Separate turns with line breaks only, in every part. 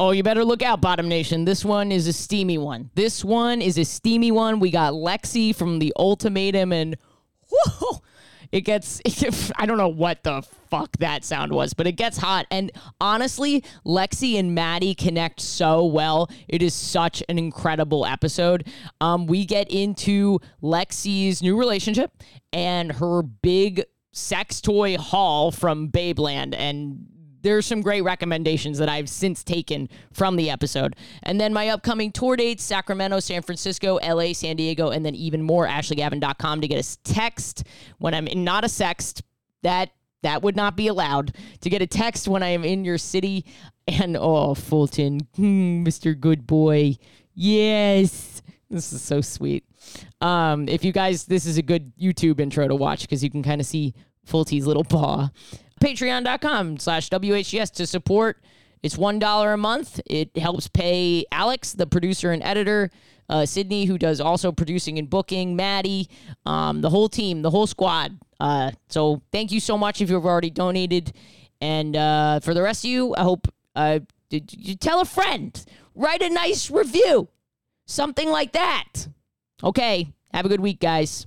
Oh, you better look out, Bottom Nation. This one is a steamy one. This one is a steamy one. We got Lexi from the Ultimatum, and whoa, it gets. I don't know what the fuck that sound was, but it gets hot. And honestly, Lexi and Maddie connect so well. It is such an incredible episode. Um, we get into Lexi's new relationship and her big sex toy haul from Babeland, and there's some great recommendations that I've since taken from the episode. And then my upcoming tour dates Sacramento, San Francisco, LA, San Diego, and then even more AshleyGavin.com to get a text when I'm in not a sext. That that would not be allowed to get a text when I am in your city. And oh, Fulton, hmm, Mr. Good Boy. Yes. This is so sweet. Um, if you guys, this is a good YouTube intro to watch because you can kind of see Fulty's little paw patreon.com slash WHGS to support. It's $1 a month. It helps pay Alex, the producer and editor, uh, Sydney, who does also producing and booking, Maddie, um, the whole team, the whole squad. Uh, so thank you so much if you've already donated. And uh, for the rest of you, I hope uh, did you tell a friend, write a nice review, something like that. Okay, have a good week, guys.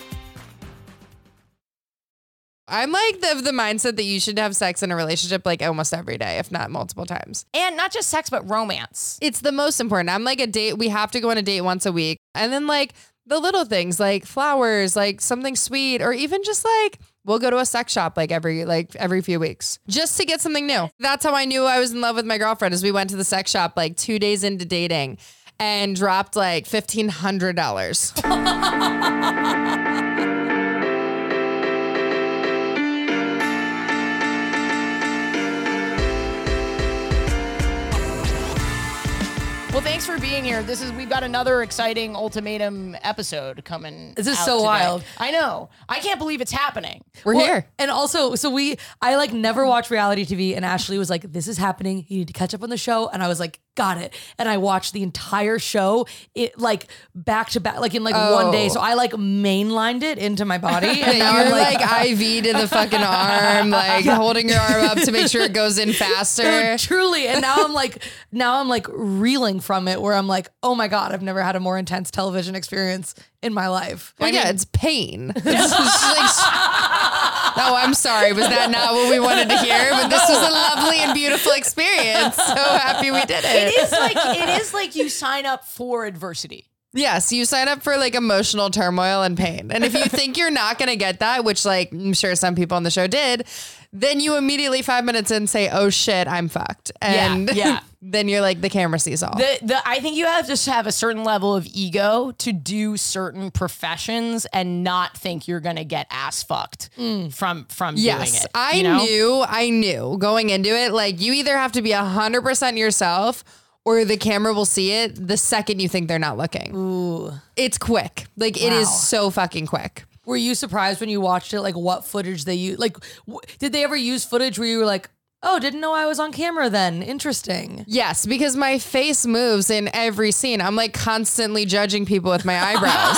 I'm like the, of the mindset that you should have sex in a relationship like almost every day, if not multiple times.
And not just sex, but romance.
It's the most important. I'm like a date, we have to go on a date once a week. And then like the little things like flowers, like something sweet, or even just like we'll go to a sex shop like every like every few weeks just to get something new. That's how I knew I was in love with my girlfriend is we went to the sex shop like 2 days into dating and dropped like $1500.
Well, thanks for being here. This is we've got another exciting ultimatum episode coming.
This is
out
so
today.
wild.
I know. I can't believe it's happening.
We're
Well,
here.
And also, so we, I like never watch reality TV. And Ashley was like, this is happening. You need to catch up on the show. And I was like, got it. And I watched the entire show, it like back to back, like in like one day. So I like mainlined it into my body. And now
Oh. You're
I'm like,
like, IV to the fucking arm, like holding your arm up to make sure it goes in faster.
truly. And now I'm like, now I'm like reeling from it where I'm like, oh my God, I've never had a more intense television experience in my life.
Well, yeah, it's pain. It's just like s- oh, I'm sorry. Was that not what we wanted to hear? But this was a lovely and beautiful experience. So happy we did it.
It's like it is like you sign up for adversity.
Yes, you sign up for like emotional turmoil and pain. And if you think you're not going to get that, which like I'm sure some people on the show did, then you immediately five minutes in say, oh shit, I'm fucked. And
yeah.
then you're like, the camera sees all.
The, the, I think you have to have a certain level of ego to do certain professions and not think you're going to get ass fucked
Mm.
from from doing
Yes,
it.
I
you know?
knew, I knew going into it. Like you either have to be hundred percent yourself, or the camera will see it the second you think they're not looking. Ooh, it's quick. Like it is so fucking quick.
Were you surprised when you watched it? Like what footage they use? Like, w- did they ever use footage where you were like, oh, didn't know I was on camera then? Interesting.
Yes, because my face moves in every scene. I'm like constantly judging people with my eyebrows.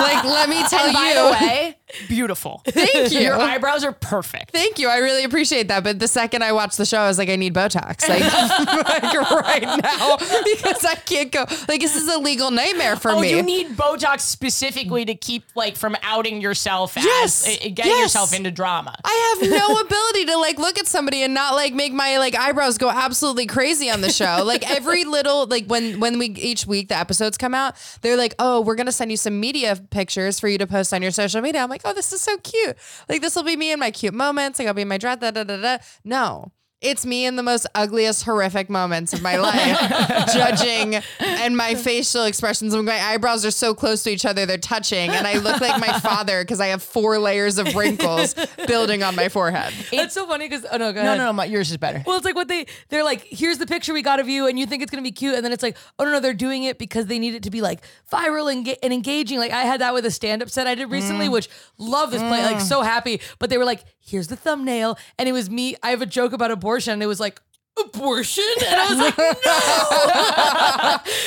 like let me tell
And by
you.
the way, beautiful.
Thank you.
Your eyebrows are perfect.
Thank you. I really appreciate that. But the second I watched the show, I was like, I need Botox. Like, like, right now. Because I can't go. Like, this is a legal nightmare for
oh,
me.
you need Botox specifically to keep like from outing yourself
Yes.
as i- getting
Yes.
yourself into drama.
I have no ability to like look at somebody and not like make my like eyebrows go absolutely crazy on the show. Like every little like when when we each week the episodes come out, they're like, "Oh, we're going to send you some media pictures for you to post on your social media." I'm like, "Oh, this is so cute. Like this will be me in my cute moments. Like I'll be in my dress." Da, da, da, da. No. it's me in the most ugliest, horrific moments of my life, judging, and my facial expressions. My eyebrows are so close to each other, they're touching, and I look like my father because I have four layers of wrinkles building on my forehead.
That's so funny because oh no, go
No,
ahead.
no, no. My, yours is better.
Well, it's like what they they're like, here's the picture we got of you, and you think it's gonna be cute, and then it's like, oh no, no, they're doing it because they need it to be like viral and, ga- and engaging. Like I had that with a stand up set I did recently, which love this play, like so happy. But they were like, here's the thumbnail, and it was me. I have a joke about abortion, and it was like abortion, and I was like,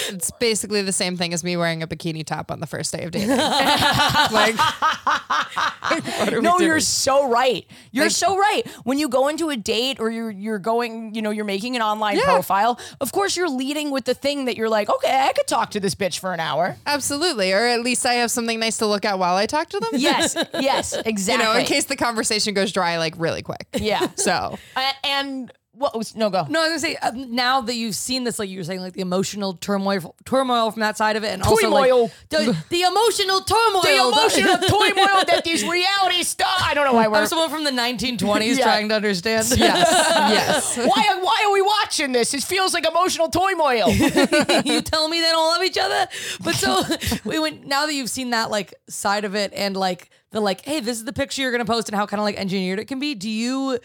It's basically the same thing as me wearing a bikini top on the first day of dating. like, what are we
no, you're
doing?
so right. You're so right. When you go into a date or you're you're going, you know, you're making an online profile. Of course, you're leading with the thing that you're like, okay, I could talk to this bitch for an hour.
Absolutely. Or at least I have something nice to look at while I talk to them.
Yes, yes,
You
exactly.
know, in case the conversation goes dry, like really quick.
yeah.
So
A- and what was no go?
no, I was gonna say um, now that you've seen this, like you were saying, like the emotional turmoil turmoil from that side of it, and also
Turmoil.
like the, the emotional turmoil,
the emotional turmoil that these reality star. I don't know why we're.
I'm someone from the 1920s
Yeah.
trying to understand.
yes, yes.
why, why are we watching this? It feels like emotional turmoil.
you tell me they don't love each other. But so we went now that you've seen that like side of it and like the like, hey, this is the picture you're gonna post and how kind of like engineered it can be. Do you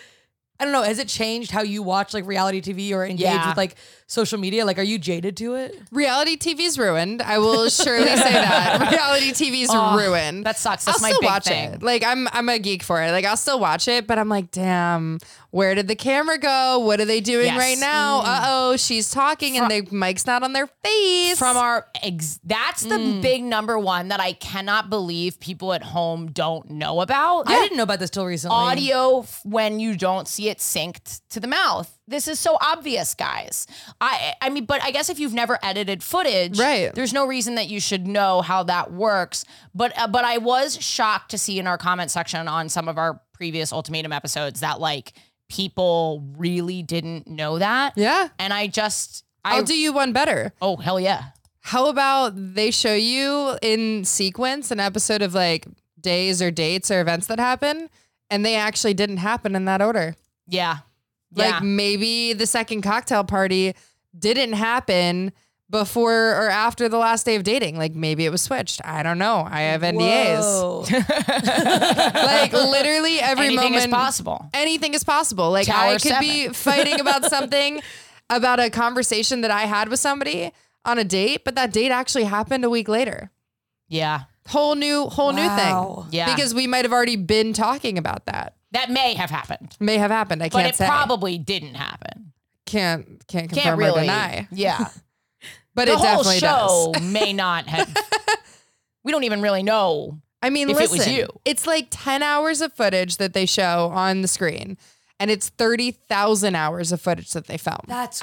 I don't know, has it changed how you watch like reality TV or engage
Yeah.
with like social media? Like are you jaded to it?
Reality TV's ruined. I will surely say that. Reality TV's ruined.
Oh, that sucks. That's
I'll
my
still
big
watch
thing.
it. Like I'm I'm a geek for it. Like I'll still watch it, but I'm like, damn, where did the camera go? What are they doing
Yes.
right now?
Mm.
Uh oh, she's talking and the mic's not on their face.
from our ex- that's the
Mm.
big number one that I cannot believe people at home don't know about.
I didn't know about this till recently.
Audio f- when you don't see it synced to the mouth. This is so obvious, guys. I I mean, but I guess if you've never edited footage,
Right.
There's no reason that you should know how that works. But uh, but I was shocked to see in our comment section on some of our previous ultimatum episodes that like people really didn't know that.
Yeah.
and I just I
I'll do you one better.
oh hell yeah.
How about they show you in sequence an episode of like days or dates or events that happen and they actually didn't happen in that order.
Yeah.
Like
yeah.
maybe the second cocktail party didn't happen before or after the last day of dating. Like maybe it was switched. I don't know. I have NDAs.
Whoa.
Like literally every
Anything is
moment
possible.
Anything is possible. Like
Tower
I could be fighting about something about a conversation that I had with somebody on a date, but that date actually happened a week later.
Yeah.
Whole new whole new
Wow.
thing.
Yeah.
Because we might have already been talking about that.
That may have happened,
May have happened. I
but
can't
it
say.
probably didn't happen.
can't can't confirm
Can't
or
really.
deny.
Yeah.
But
the
it
whole
definitely does.
show may not have. we don't even really know.
I mean,
if it was
listen,
you.
it's like 10 hours of footage that they show on the screen, and it's 30,000 hours of footage that they film.
That's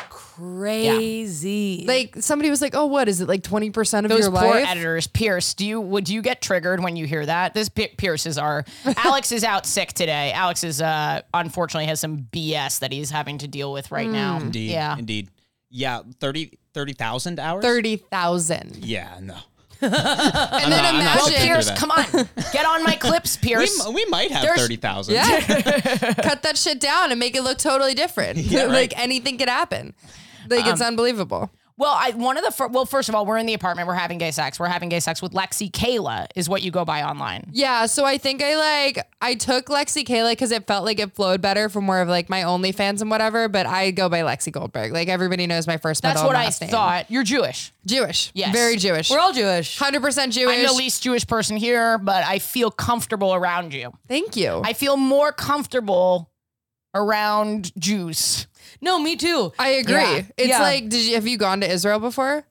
crazy.
like, somebody was like, oh, what is it? Like 20% of
Those
your
poor
life?
editors, Pierce. Do you would you get triggered when you hear that? This Pi- Pierce is our Alex is out sick today. Alex is uh unfortunately has some BS that he's having to deal with
Hmm.
right now.
Indeed.
Yeah.
Indeed. Yeah. 30 30,000 hours?
30,000.
Yeah, no.
And then
I'm not
Well,
Shit. sure.
imagine,
Pierce, come on, get on my clips,
We,
Pierce.
m- we might have
There's-
30,000.
cut that shit down and make it look totally different.
right.
like, anything could happen. Like, it's
Um,
unbelievable.
Well, I one of the fir- well, first of all, we're in the apartment. We're having gay sex. We're having gay sex with Lexi Kayla is what you go by online.
Yeah, so I think I like I took Lexi Kayla because it felt like it flowed better from more of like my OnlyFans and whatever. But I go by Lexi Goldberg. Like everybody knows my first.
That's
middle,
what
and
I
last name.
thought. You're Jewish.
Jewish.
Yes.
Very Jewish.
We're all Jewish.
Hundred percent Jewish.
I'm the least Jewish person here, but I feel comfortable around you.
Thank you.
I feel more comfortable around Jews.
No, me too.
I agree.
Yeah.
It's
Yeah.
like, did you have you gone to Israel before?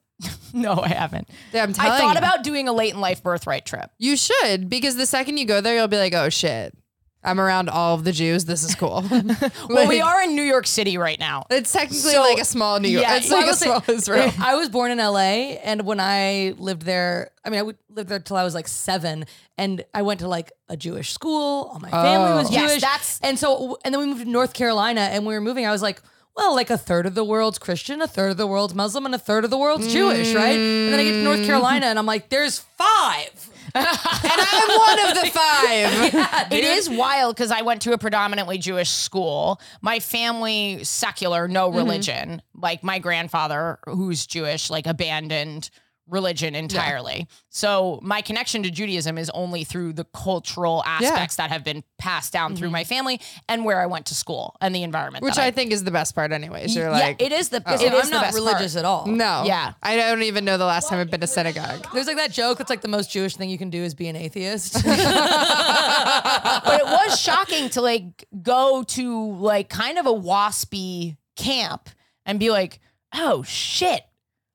No, I haven't.
Yeah, I'm telling
I thought
you.
about doing a late in life birthright trip.
You should because the second you go there, you'll be like, oh shit, I'm around all of the Jews. This is cool.
Well, we are in New York City right now.
It's technically
So-
like a small New York.
Yeah,
it's
well,
like
I
a
will say-
small Israel.
I was born in LA, and when I lived there, I mean, I would- lived there till I was like seven, and I went to like a Jewish school. All my family was
Oh. Yes,
Jewish.
that's-
and so, and then we moved to North Carolina, and when we were moving. I was like, well, like a third of the world's Christian, a third of the world's Muslim, and a third of the world's Jewish, right? And then I get to North Carolina, and I'm like, there's five.
and I'm one of the five.
It is wild because I went to a predominantly Jewish school. My family secular, no
Mm-hmm.
religion. Like my grandfather, who's Jewish, like abandoned religion entirely. So my connection to Judaism is only through the cultural aspects that have been passed down through my family and where I went to school and the environment.
Mm-hmm. Which
that
I think is the best part, anyways. You're
Uh, yeah,
like,
it is the.
I'm
it is the
not
best
religious
part.
at all.
no.
Yeah.
I don't even know the last time I've been to synagogue.
There's like that joke that's like the most Jewish thing you can do is be an atheist.
but it was shocking to like go to like kind of a waspy camp and be like, oh shit.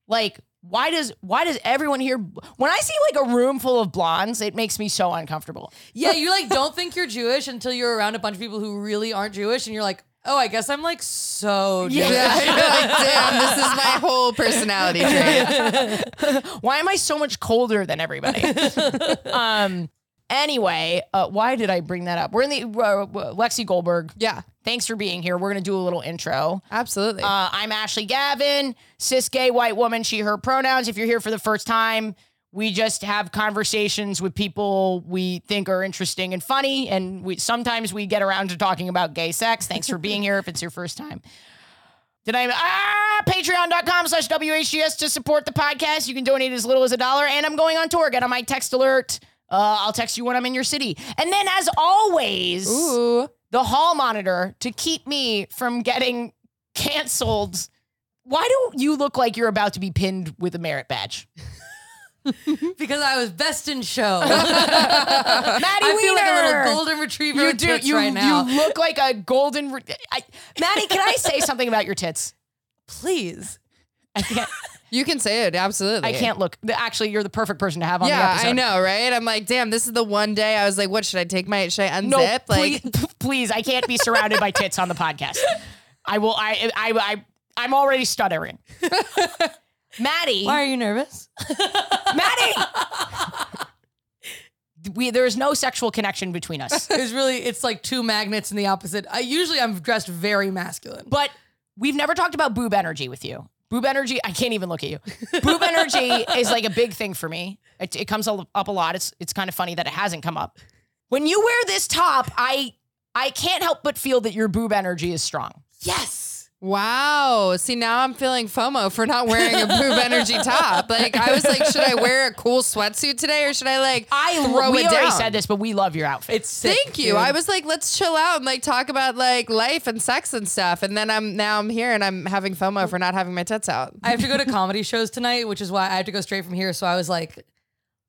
Like, why does why does everyone here when I see like a room full of blondes, it makes me so uncomfortable.
yeah, you like don't think you're Jewish until you're around a bunch of people who really aren't Jewish, and you're like, oh, I guess I'm like so Jewish.
Yeah, you're like, damn, this is my whole personality trait.
Why am I so much colder than everybody? um anyway, uh, why did I bring that up? We're in the uh, Lexi Goldberg.
Yeah,
Thanks for being here. We're going to do a little intro.
absolutely.
Uh, I'm Ashley Gavin, cis gay white woman, she, her pronouns. If you're here for the first time, we just have conversations with people we think are interesting and funny. And we sometimes we get around to talking about gay sex. Thanks for being here if it's your first time. Did I ah, patreon.com slash WHGS to support the podcast? You can donate as little as a dollar. And I'm going on tour. Get on my text alert. Uh, I'll text you when I'm in your city. And then, as always,
Ooh.
the hall monitor to keep me from getting canceled. Why do you look like you're about to be pinned with a merit badge?
because I was best in show. I
Maddie
feel like a
Wiener!
little golden retriever
you
with tits
you,
right now.
you look like a golden. Re- I, Maddie, can I say something about your tits?
Please,
I can't.
You can say it, absolutely.
I can't look. Actually, you're the perfect person to have on the
Yeah,
episode.
I know, right? I'm like, damn, this is the one day I was like, what should I take my should I unzip?
No,
like,
please, please, I can't be surrounded by tits on the podcast. I will. I. I. I I'm already stuttering. Maddie,
why are you nervous?
Maddie. we there is no sexual connection between us,
It's really it's like two magnets in the opposite. I usually I'm dressed very masculine.
but we've never talked about boob energy with you. Boob energy, I can't even look at you. Boob energy is like a big thing for me. It, it comes up a lot. It's it's kind of funny that it hasn't come up. When you wear this top, I I can't help but feel that your boob energy is strong.
yes,
wow. See, now I'm feeling FOMO for not wearing a boob energy top. Like, I was like, should I wear a cool sweatsuit today or should I like
I
throw
we
it
already
down?
said this, but we love your outfit.
it's sick,
Thank you.
dude.
I was like, let's chill out and like talk about like life and sex and stuff. And then I'm now I'm here and I'm having FOMO for not having my tits out.
I have to go to comedy shows tonight, which is why I have to go straight from here. So I was like,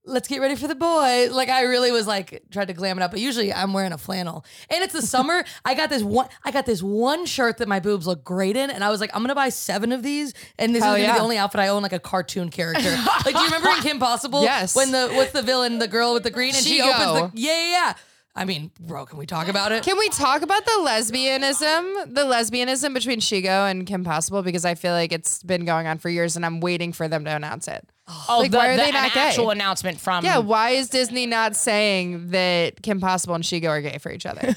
let's get ready for the boy. Like I really was like tried to glam it up, but usually I'm wearing a flannel. And it's the summer. I got this one I got this one shirt that my boobs look great in, and I was like, I'm gonna buy seven of these, and this
Hell
is gonna
yeah.
be the only outfit I own like a cartoon character. like, do you remember in Kim Possible?
Yes.
When the what's the villain, the girl with the green, and she
Chigo.
opens the Yeah, yeah, yeah. I mean, bro, can we talk about it?
Can we talk about the lesbianism, the lesbianism between Shigo and Kim Possible? Because I feel like it's been going on for years, and I'm waiting for them to announce it.
oh,
like, why are they
an
not gay?
actual announcement from
Yeah, why is Disney not saying that Kim Possible and Shigo are gay for each other?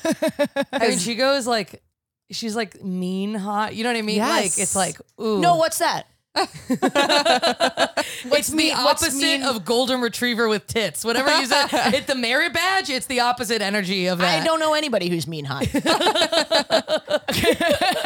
I mean, she goes like she's like mean hot. You know what I mean?
Yes.
Like it's like, ooh.
No, what's that?
It's the
mean- what's
opposite
mean-
of golden retriever with tits. Whatever you said, it's the merit badge. It's the opposite energy of that.
I don't know anybody who's mean hot.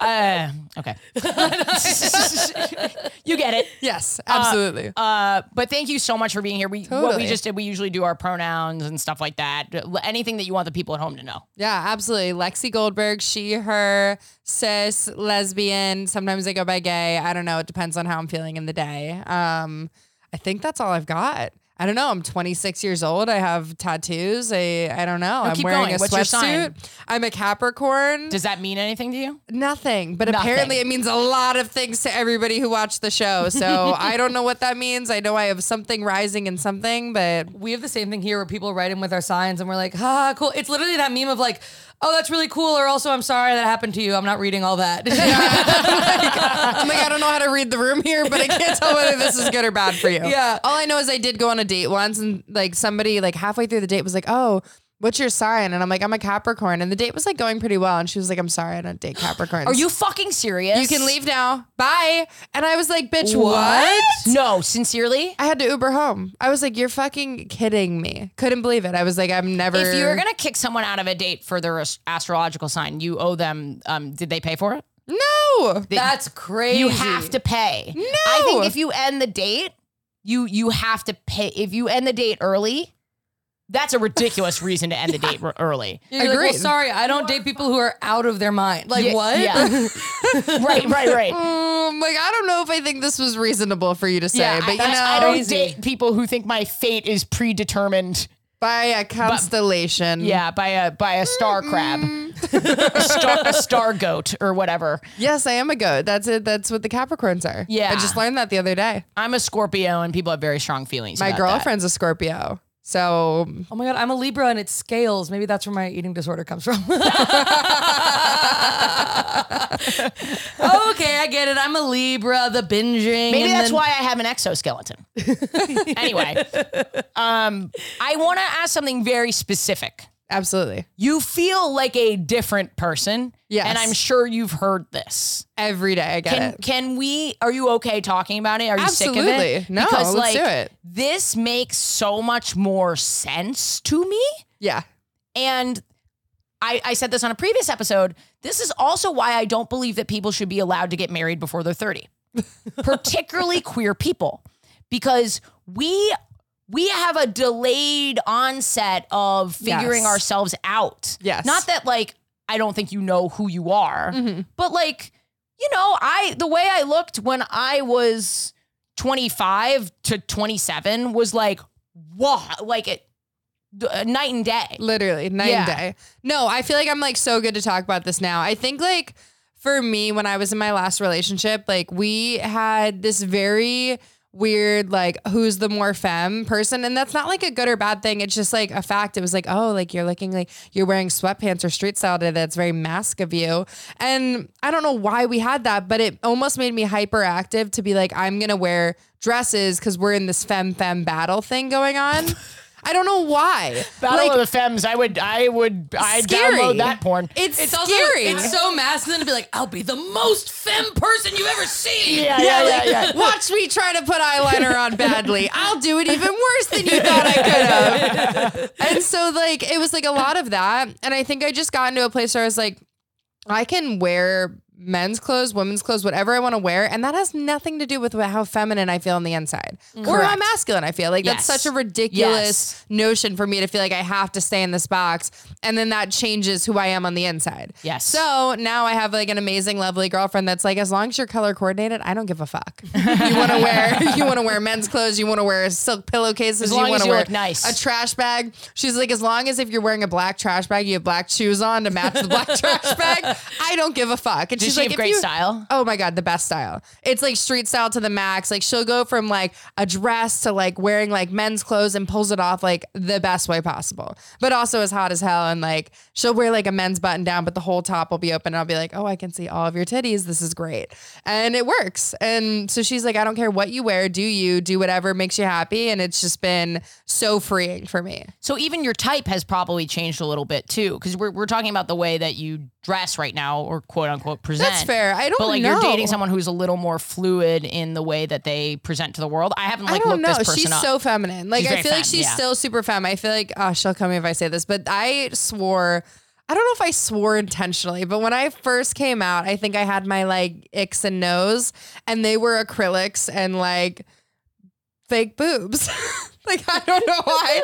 uh, okay. you get it.
yes, absolutely.
Uh, but thank you so much for being here. We what we
Totally.
just did. We usually do our pronouns and stuff like that. Anything that you want the people at home to know.
yeah, absolutely. Lexi Goldberg, she, her, cis, lesbian. Sometimes I go by gay. I don't know. It depends on how I'm feeling in the day. Um, I think that's all I've got. I don't know. I'm 26 years old. I have tattoos. I I don't know. I'm
keep
wearing
going.
a
What's your sign?
sweatsuit. I'm a Capricorn.
Does that mean anything to you?
Nothing, but apparently it means a lot of things to everybody who watched the show. So I don't know what that means. I know I have something rising in something, but
We have the same thing here where people write in with our signs and we're like, ha, ha, cool. It's literally that meme of like, oh, that's really cool. Or also, I'm sorry that happened to you. I'm not reading all that.
I'm like, I don't know how to read the room here, but I can't tell whether this is good or bad for you.
Yeah.
All I know is I did go on a date once and like somebody like halfway through the date was like, oh, what's your sign? And I'm like, I'm a Capricorn. And the date was like going pretty well. And she was like, I'm sorry, I don't date Capricorns.
Are you fucking serious?
You can leave now. Bye. And I was like, bitch, what?
No, sincerely.
I had to Uber home. I was like, you're fucking kidding me. Couldn't believe it. I was like, I'm never.
If you're gonna kick someone out of a date for their as- astrological sign, you owe them. Um, did they pay for it?
No.
That's crazy.
You have to pay. No. I think if you end the date, you you have to pay. If you end the date early, that's a ridiculous reason to end the date r- early.
You're like, well,
Agreed.
sorry, I don't date people who are out of their mind. Like what? Mm.
Yeah. right. Right. Right.
Um, like, I don't know if I think this was reasonable for you to say,
Yeah,
but
I,
you know,
that's- I don't date people who think my fate is predetermined.
by a constellation.
Yeah,
Mm.
by a by a star crab, a, star, a star goat or whatever.
Yes, I am a goat. That's it. That's what the Capricorns are.
Yeah.
I just learned that the other day.
I'm a Scorpio, and people have very strong feelings.
My
about that.
girlfriend's a Scorpio. So
Oh my god, I'm a Libra and it's scales. Maybe that's where my eating disorder comes from. okay, I get it. I'm a Libra, the binging.
Maybe
and
that's
then-
why I have an exoskeleton. anyway, um, I want to ask something very specific.
absolutely.
You feel like a different person,
Yes. Uh,
and I'm sure you've heard this.
Every day I get
Can
it.
can we? Are you okay talking about it? Are you sick of it?
Absolutely. No,
because
let's
like
do it.
this makes so much more sense to me.
Yeah.
And I, I said this on a previous episode. This is also why I don't believe that people should be allowed to get married before they're 30, particularly queer people, because we we have a delayed onset of figuring
Yes.
ourselves out.
Yes. Mm-hmm.
Not that like I don't think you know who you are, but like, you know, I the way I looked when I was 25 to 27 was like, wow, like it uh, night and day.
Literally, night and
Yeah.
day. No, I feel like I'm like so good to talk about this now. I think like for me, when I was in my last relationship, like we had this very weird, like, who's the more femme person. And that's not like a good or bad thing. It's just like a fact. It was like, oh, like you're looking like you're wearing sweatpants or street style today. That's very mask of you. And I don't know why we had that, but it almost made me hyperactive to be like, I'm going to wear dresses because we're in this femme femme battle thing going on. I don't know why.
Battle
Like,
of the Femmes. I would. I would. I
Scary.
download that porn.
It's,
It's also
scary.
it's so masculine to be like, I'll be the most femme person you've ever seen.
yeah, yeah, yeah, yeah.
Watch me try to put eyeliner on badly. I'll do it even worse than you thought I could have. And so, like, it was like a lot of that. And I think I just got into a place where I was like, I can wear men's clothes, women's clothes, whatever I want to wear. And that has nothing to do with wha- how feminine I feel on the inside or how masculine I feel. Like,
Yes.
that's such a ridiculous
Yes.
notion for me to feel like I have to stay in this box. And then that changes who I am on the inside.
Yes.
So now I have like an amazing, lovely girlfriend that's like, as long as you're color coordinated, I don't give a fuck. you want to wear, you want to wear men's clothes, you want to wear silk pillowcases,
As long
you want
as
to
you
wear
look nice.
a trash bag. She's like, as long as if you're wearing a black trash bag, you have black shoes on to match the black trash bag. I don't give a fuck. And
Does
she's
she
like,
have
if
great
you-
style?
Oh my god, the best style. It's like street style to the max. Like she'll go from like a dress to like wearing like men's clothes and pulls it off like the best way possible. But also as hot as hell and like she'll wear like a men's button down, but the whole top will be open. And I'll be like, oh, I can see all of your titties. This is great, and it works. And so she's like, I don't care what you wear. Do you do whatever makes you happy? And it's just been so freeing for me.
So even your type has probably changed a little bit too, because we're, we're talking about the way that you dress right now, or quote unquote present.
That's fair. I don't
Oh,
But like you're
know.
dating someone who's a little more fluid in the way that they present to the world. I haven't
I
like
don't
looked
know.
this person
she's
up.
so feminine. Like
She's
I
very
feel like
femme,
she's
yeah.
still super femme. I feel like oh, she'll kill me if I say this, but I swore. I don't know if I swore intentionally, but when I first came out, I think I had my like icks and nose, and they were acrylics and like fake boobs. like I don't know why.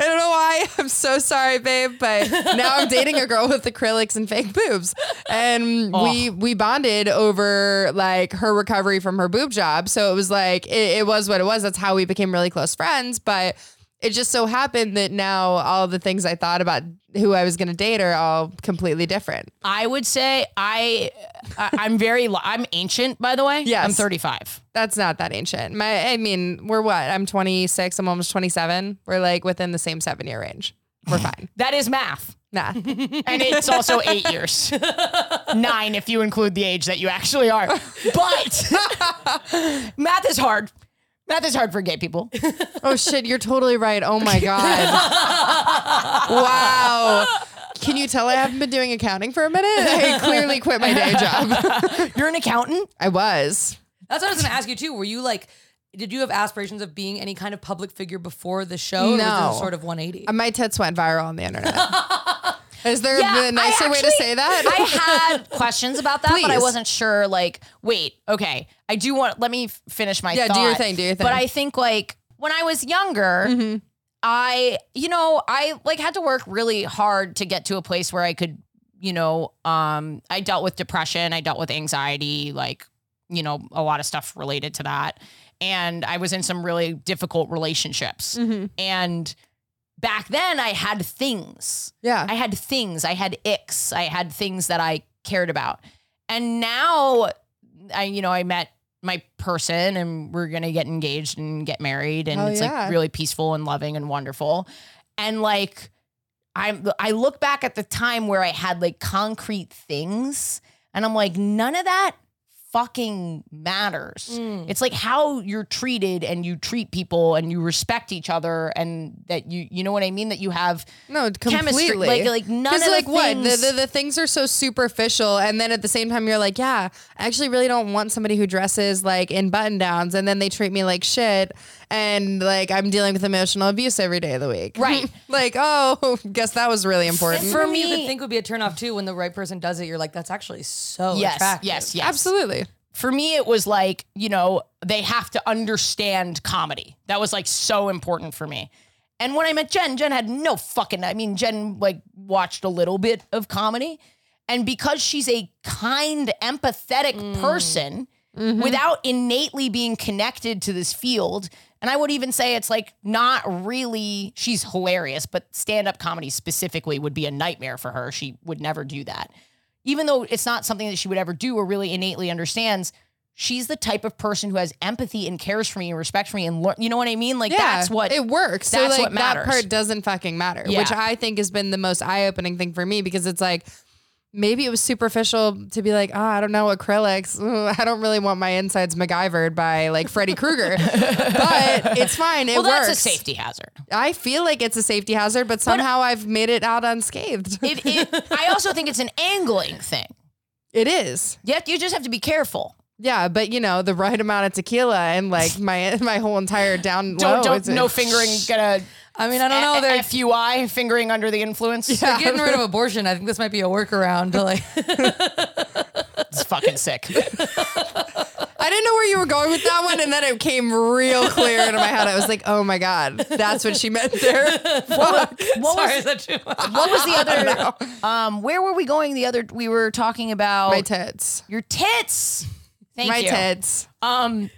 I don't know why. I'm so sorry, babe, but now I'm dating a girl with acrylics and fake boobs. And we we bonded over like her recovery from her boob job. So it was like it, it was what it was. That's how we became really close friends, but it just so happened that now all the things I thought about who I was going to date are all completely different.
I would say I, I I'm very li- I'm ancient by the way.
Yes.
I'm 35.
That's not that ancient. My, I mean, we're what? I'm 26. I'm almost 27. We're like within the same seven year range. We're fine.
That is math,
Nah.
and it's also eight years, nine if you include the age that you actually are. But math is hard. Math is hard for gay people.
Oh shit, you're totally right. Oh my god. wow. Can you tell I haven't been doing accounting for a minute? I clearly quit my day job.
You're an accountant.
I was.
That's what I was going to ask you too. Were you like, did you have aspirations of being any kind of public figure before the show? Or was
No.
this a sort of 180?
My tits went viral on the internet. Is there
Yeah,
a nicer
I
way to
actually-
say that?
I had questions about that, but I
Please.
wasn't sure. Like, wait, okay, I do want. Let me f- finish my
Yeah, do your
thought.
thing, do your thing. Mm-hmm.
But I think like when I was younger. I, you know, I like had to work really hard to get to a place where I could, you know, um, I dealt with depression, I dealt with anxiety, like, you know, a lot of stuff related to that. And I was in some really difficult relationships.
Mm-hmm.
And back then I had things.
Yeah.
I had things. I had icks. I had things that I cared about. And now I, you know, I met my person and we're gonna get engaged and get married. And
Hell
it's
yeah.
like really peaceful and loving and wonderful. And like I I look back at the time where I had like concrete things and I'm like, none of that fucking matters.
Mm.
It's like how you're treated and you treat people and you respect each other and that you you know what I mean? That you have
No, completely.
chemistry. Like like none of
'Cause,
the
like what the,
things-
the the things are so superficial, and then at the same time you're like, yeah, I actually really don't want somebody who dresses like in button downs, and then they treat me like shit, and like I'm dealing with emotional abuse every day of the week.
Right.
like oh, guess that was really important.
For
you would
me,
think would be a turnoff too when the right person does it. You're like, that's actually so
yes,
attractive.
yes, yes.
Absolutely.
For me, it was like you know they have to understand comedy. That was like so important for me. And when I met Jen, Jen had no fucking. I mean, Jen like watched a little bit of comedy, and because she's a kind, empathetic person. Without innately being connected to this field. And I would even say it's like not really, she's hilarious, but stand up comedy specifically would be a nightmare for her. She would never do that even though it's not something that she would ever do or really innately understands, she's the type of person who has empathy and cares for me and respects for me and learn. You know what I mean? Like that's what
it works. so
that's
like
what matters.
that part doesn't fucking matter,
Yeah.
which I think has been the most eye opening thing for me because it's like maybe it was superficial to be like, oh, I don't know, acrylics. Ooh, I don't really want my insides MacGyvered by like Freddy Krueger, but it's fine. It
well,
works.
that's a safety hazard.
I feel like it's a safety hazard, but somehow I've made it out unscathed.
It, it, I also think it's an angling thing.
it is.
Yet you just have to be careful.
Yeah, but you know the right amount of tequila and like my my whole entire down
Don't
low.
don't
is a-
no fingering gonna
I mean, I don't know. They're,
FUI fingering under the influence.
they're getting rid of abortion. I think this might be a workaround to like.
It's fucking sick.
I didn't know where you were going with that one, and then it came real clear into my head. I was like, "Oh my god, that's what she meant there." Fuck.
What
Sorry,
was
is that too much?
what was the other? Um, where were we going? The other we were talking about
My tits.
your tits. Thank
my
you.
tits.
Um,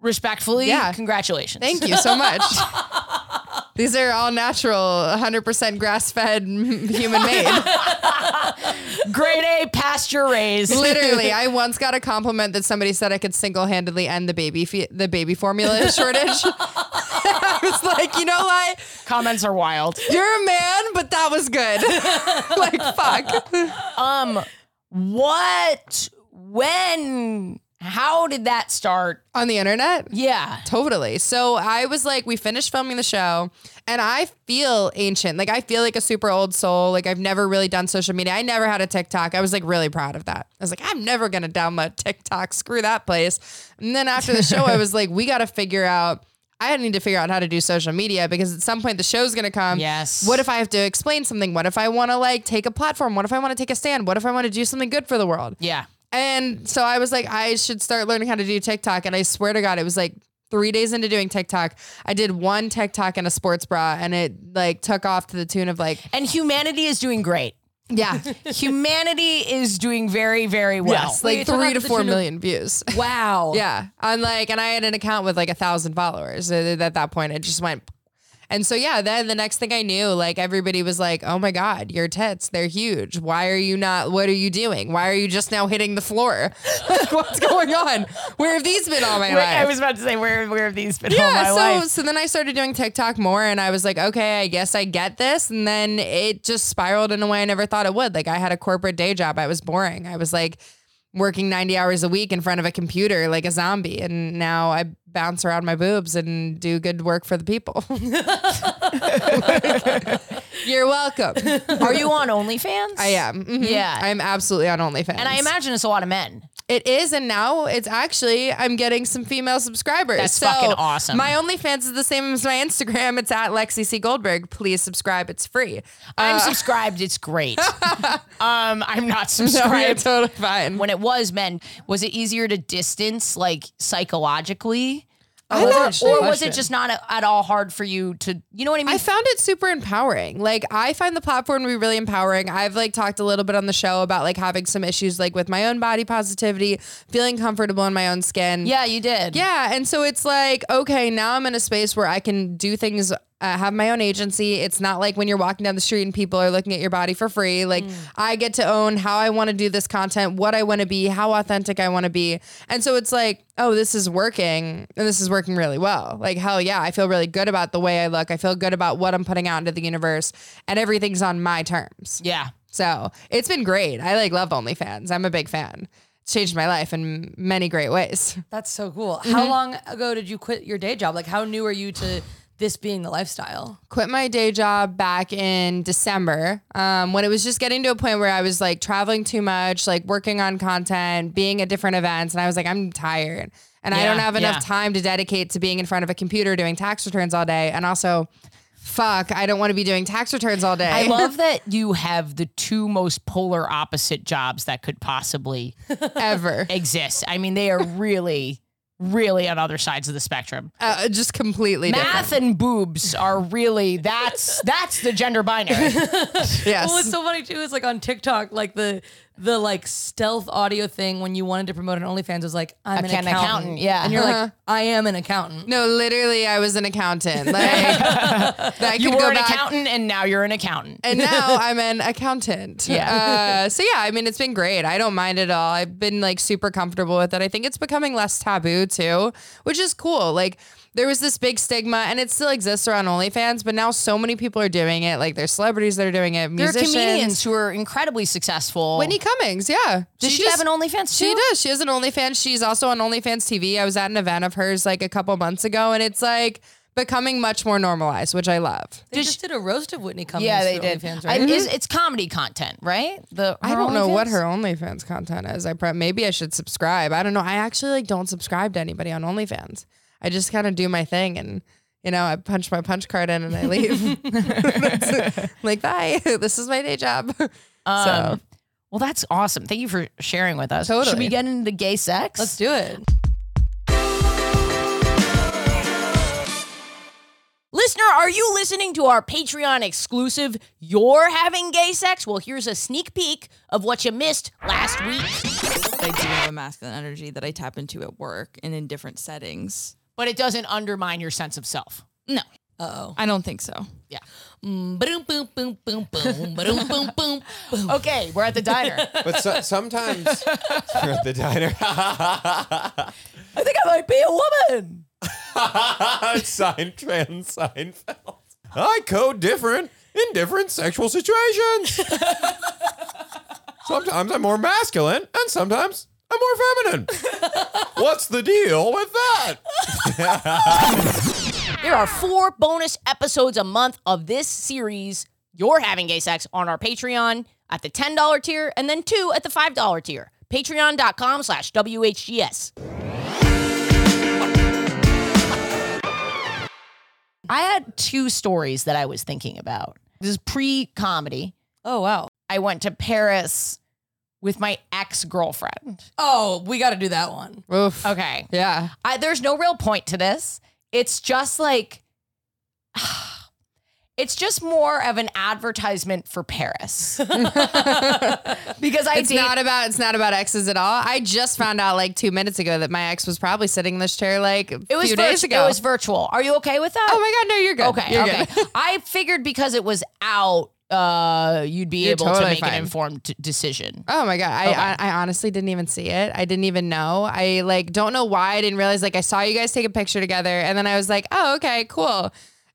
respectfully,
Yeah.
congratulations.
Thank you so much. These are all natural, 100% grass fed, human made.
Grade A pasture raised.
Literally, I once got a compliment that somebody said I could single handedly end the baby fe- the baby formula shortage. I was like, you know what?
Comments are wild.
You're a man, but that was good. like, fuck.
Um, what? When? How did that start?
On the internet?
Yeah.
Totally. So I was like, we finished filming the show, and I feel ancient. Like I feel like a super old soul. Like I've never really done social media. I never had a TikTok. I was like really proud of that. I was like, I'm never gonna download TikTok. Screw that place. And then after the show, I was like, we gotta figure out. I need to figure out how to do social media because at some point the show's gonna come.
Yes.
What if I have to explain something? What if I want to like take a platform? What if I want to take a stand? What if I want to do something good for the world?
Yeah.
And so I was like, I should start learning how to do TikTok. And I swear to God, it was like three days into doing TikTok. I did one TikTok in a sports bra and it like took off to the tune of like,
And humanity is doing great.
yeah,
Humanity is doing very, very well.
yes, like
it took off
three
to
to
the
four
tune of-
million views.
Wow.
Yeah. I'm like, and I had an account with like a thousand followers at at that point. It just went. And so, yeah, then the next thing I knew, like everybody was like, oh my God, your tits, they're huge. Why are you not, what are you doing? Why are you just now hitting the floor? like, what's going on? Where have these been all my life?
I was about to say where where have these been all
yeah,
my
so
life?
so then I started doing TikTok more, and I was like, okay, I guess I get this. And then it just spiraled in a way I never thought it would. Like I had a corporate day job. I was boring. I was like, working 90 hours a week in front of a computer like a zombie. And now I bounce around my boobs and do good work for the people. You're welcome.
Are you on OnlyFans?
I am. Mhm.
Yeah.
I'm absolutely on OnlyFans.
And I imagine it's a lot of men.
It is, and now it's actually I'm getting some female subscribers.
That's fucking awesome.
My OnlyFans is the same as my Instagram. It's at Lexi C Goldberg. Please subscribe. It's free.
I'm subscribed. It's great. um, I'm not
No, you're
subscribed.
totally fine.
when it was men, was it easier to distance like psychologically?
I
Or-
don't-
or was it just not at all hard for you to, you know what I mean?
I found it super empowering. Like I find the platform to be really empowering. I've like talked a little bit on the show about like having some issues like with my own body positivity, feeling comfortable in my own skin.
yeah, you did.
Yeah. And so it's like, okay, now I'm in a space where I can do things, uh, have my own agency. It's not like when you're walking down the street and people are looking at your body for free. Like, I get to own how I want to do this content, what I want to be, how authentic I want to be. And so it's like, oh, this is working and this is working really well. Like, hell yeah, I feel really good about the way I look. I feel good about what I'm putting out into the universe and everything's on my terms.
Yeah.
So it's been great. I like love OnlyFans. I'm a big fan. It's changed my life in many great ways.
That's so cool. How long ago did you quit your day job? Like, how new are you to this being the lifestyle?
quit my day job back in December um, when it was just getting to a point where I was like traveling too much, like working on content, being at different events. And I was like, I'm tired. And I
Yeah,
don't have enough
yeah.
time to dedicate to being in front of a computer doing tax returns all day. And also, fuck, I don't want to be doing tax returns all day.
I love that you have the two most polar opposite jobs that could possibly
ever.
exist. I mean, they are really, really on other sides of the spectrum.
Uh, just completely
Math and boobs are really that's that's the gender binary.
different. Yes.
Well, what's so funny too is like on TikTok, like the the like stealth audio thing when you wanted to promote an OnlyFans was like, I'm an
can
accountant. Uh-huh.
accountant, yeah.
and you're like, I am an accountant.
no, literally, I was an accountant. Like, that could
You
go
were an
back.
accountant and now you're an accountant.
and now I'm an accountant.
Yeah.
Uh, so yeah, I mean, it's been great. I don't mind at all. I've been like super comfortable with it. I think it's becoming less taboo too, which is cool. Like there was this big stigma, and it still exists around OnlyFans, but now so many people are doing it. Like there's celebrities that are doing it.
There are
Musicians.
comedians who are incredibly successful.
Whitney Cummings, yeah.
Does she, have an OnlyFans too?
She does. She has an OnlyFans. She's also on OnlyFans TV. I was at an event of hers like a couple months ago, and it's like becoming much more normalized, which I love.
They just did a roast of Whitney Cummings.
Yeah, they
for
did.
OnlyFans,
I-
right?
is- it's comedy content, right? The
I
her
don't know what
OnlyFans?
her OnlyFans content is. I pre- maybe I should subscribe. I don't know. I actually like don't subscribe to anybody on OnlyFans. I just kind of do my thing and you know I punch my punch card in and I leave. That's- like bye. This is my day job. so
Um, Well, that's awesome. Thank you for sharing with us. Should we
Totally.
get into gay sex?
Let's do it.
Listener, are you listening to our Patreon exclusive You're Having Gay Sex? Well, here's a sneak peek of what you missed last week.
I do have a masculine energy that I tap into at work and in different settings.
But it doesn't undermine your sense of self.
No,
Uh oh.
I don't think so.
Yeah. Mm, ba-doom, boom, boom, boom, boom, ba-doom, boom, boom, boom. Okay, we're at the diner.
But so, sometimes You're at the diner,
I think I might be a woman.
sign trans Seinfeld. I code different in different sexual situations. sometimes I'm more masculine, and sometimes I'm more feminine. What's the deal with that?
There are four bonus episodes a month of this series, You're Having Gay Sex, on our Patreon at the $10 tier and then two at the $5 tier. Patreon.com slash WHGS. I had two stories that I was thinking about. This is pre comedy.
Oh wow.
I went to Paris with my ex girlfriend.
Oh, we got to do that one.
oof.
Okay.
yeah.
I, there's no real point to this. It's just like, it's just more of an advertisement for Paris. because I
It's
date,
not about it's not about exes at all. I just found out like two minutes ago that my ex was probably sitting in this chair like a
it was
few
virtu-
days ago.
It was virtual. Are you okay with that?
oh my god, no, you're good.
Okay,
You're
okay.
good.
I figured because it was out, uh, you'd be
You're
able to
totally
make an
fine.
informed d- decision.
Oh my god, I, I I honestly didn't even see it. I didn't even know. I like don't know why I didn't realize. Like I saw you guys take a picture together, and then I was like, oh okay, cool.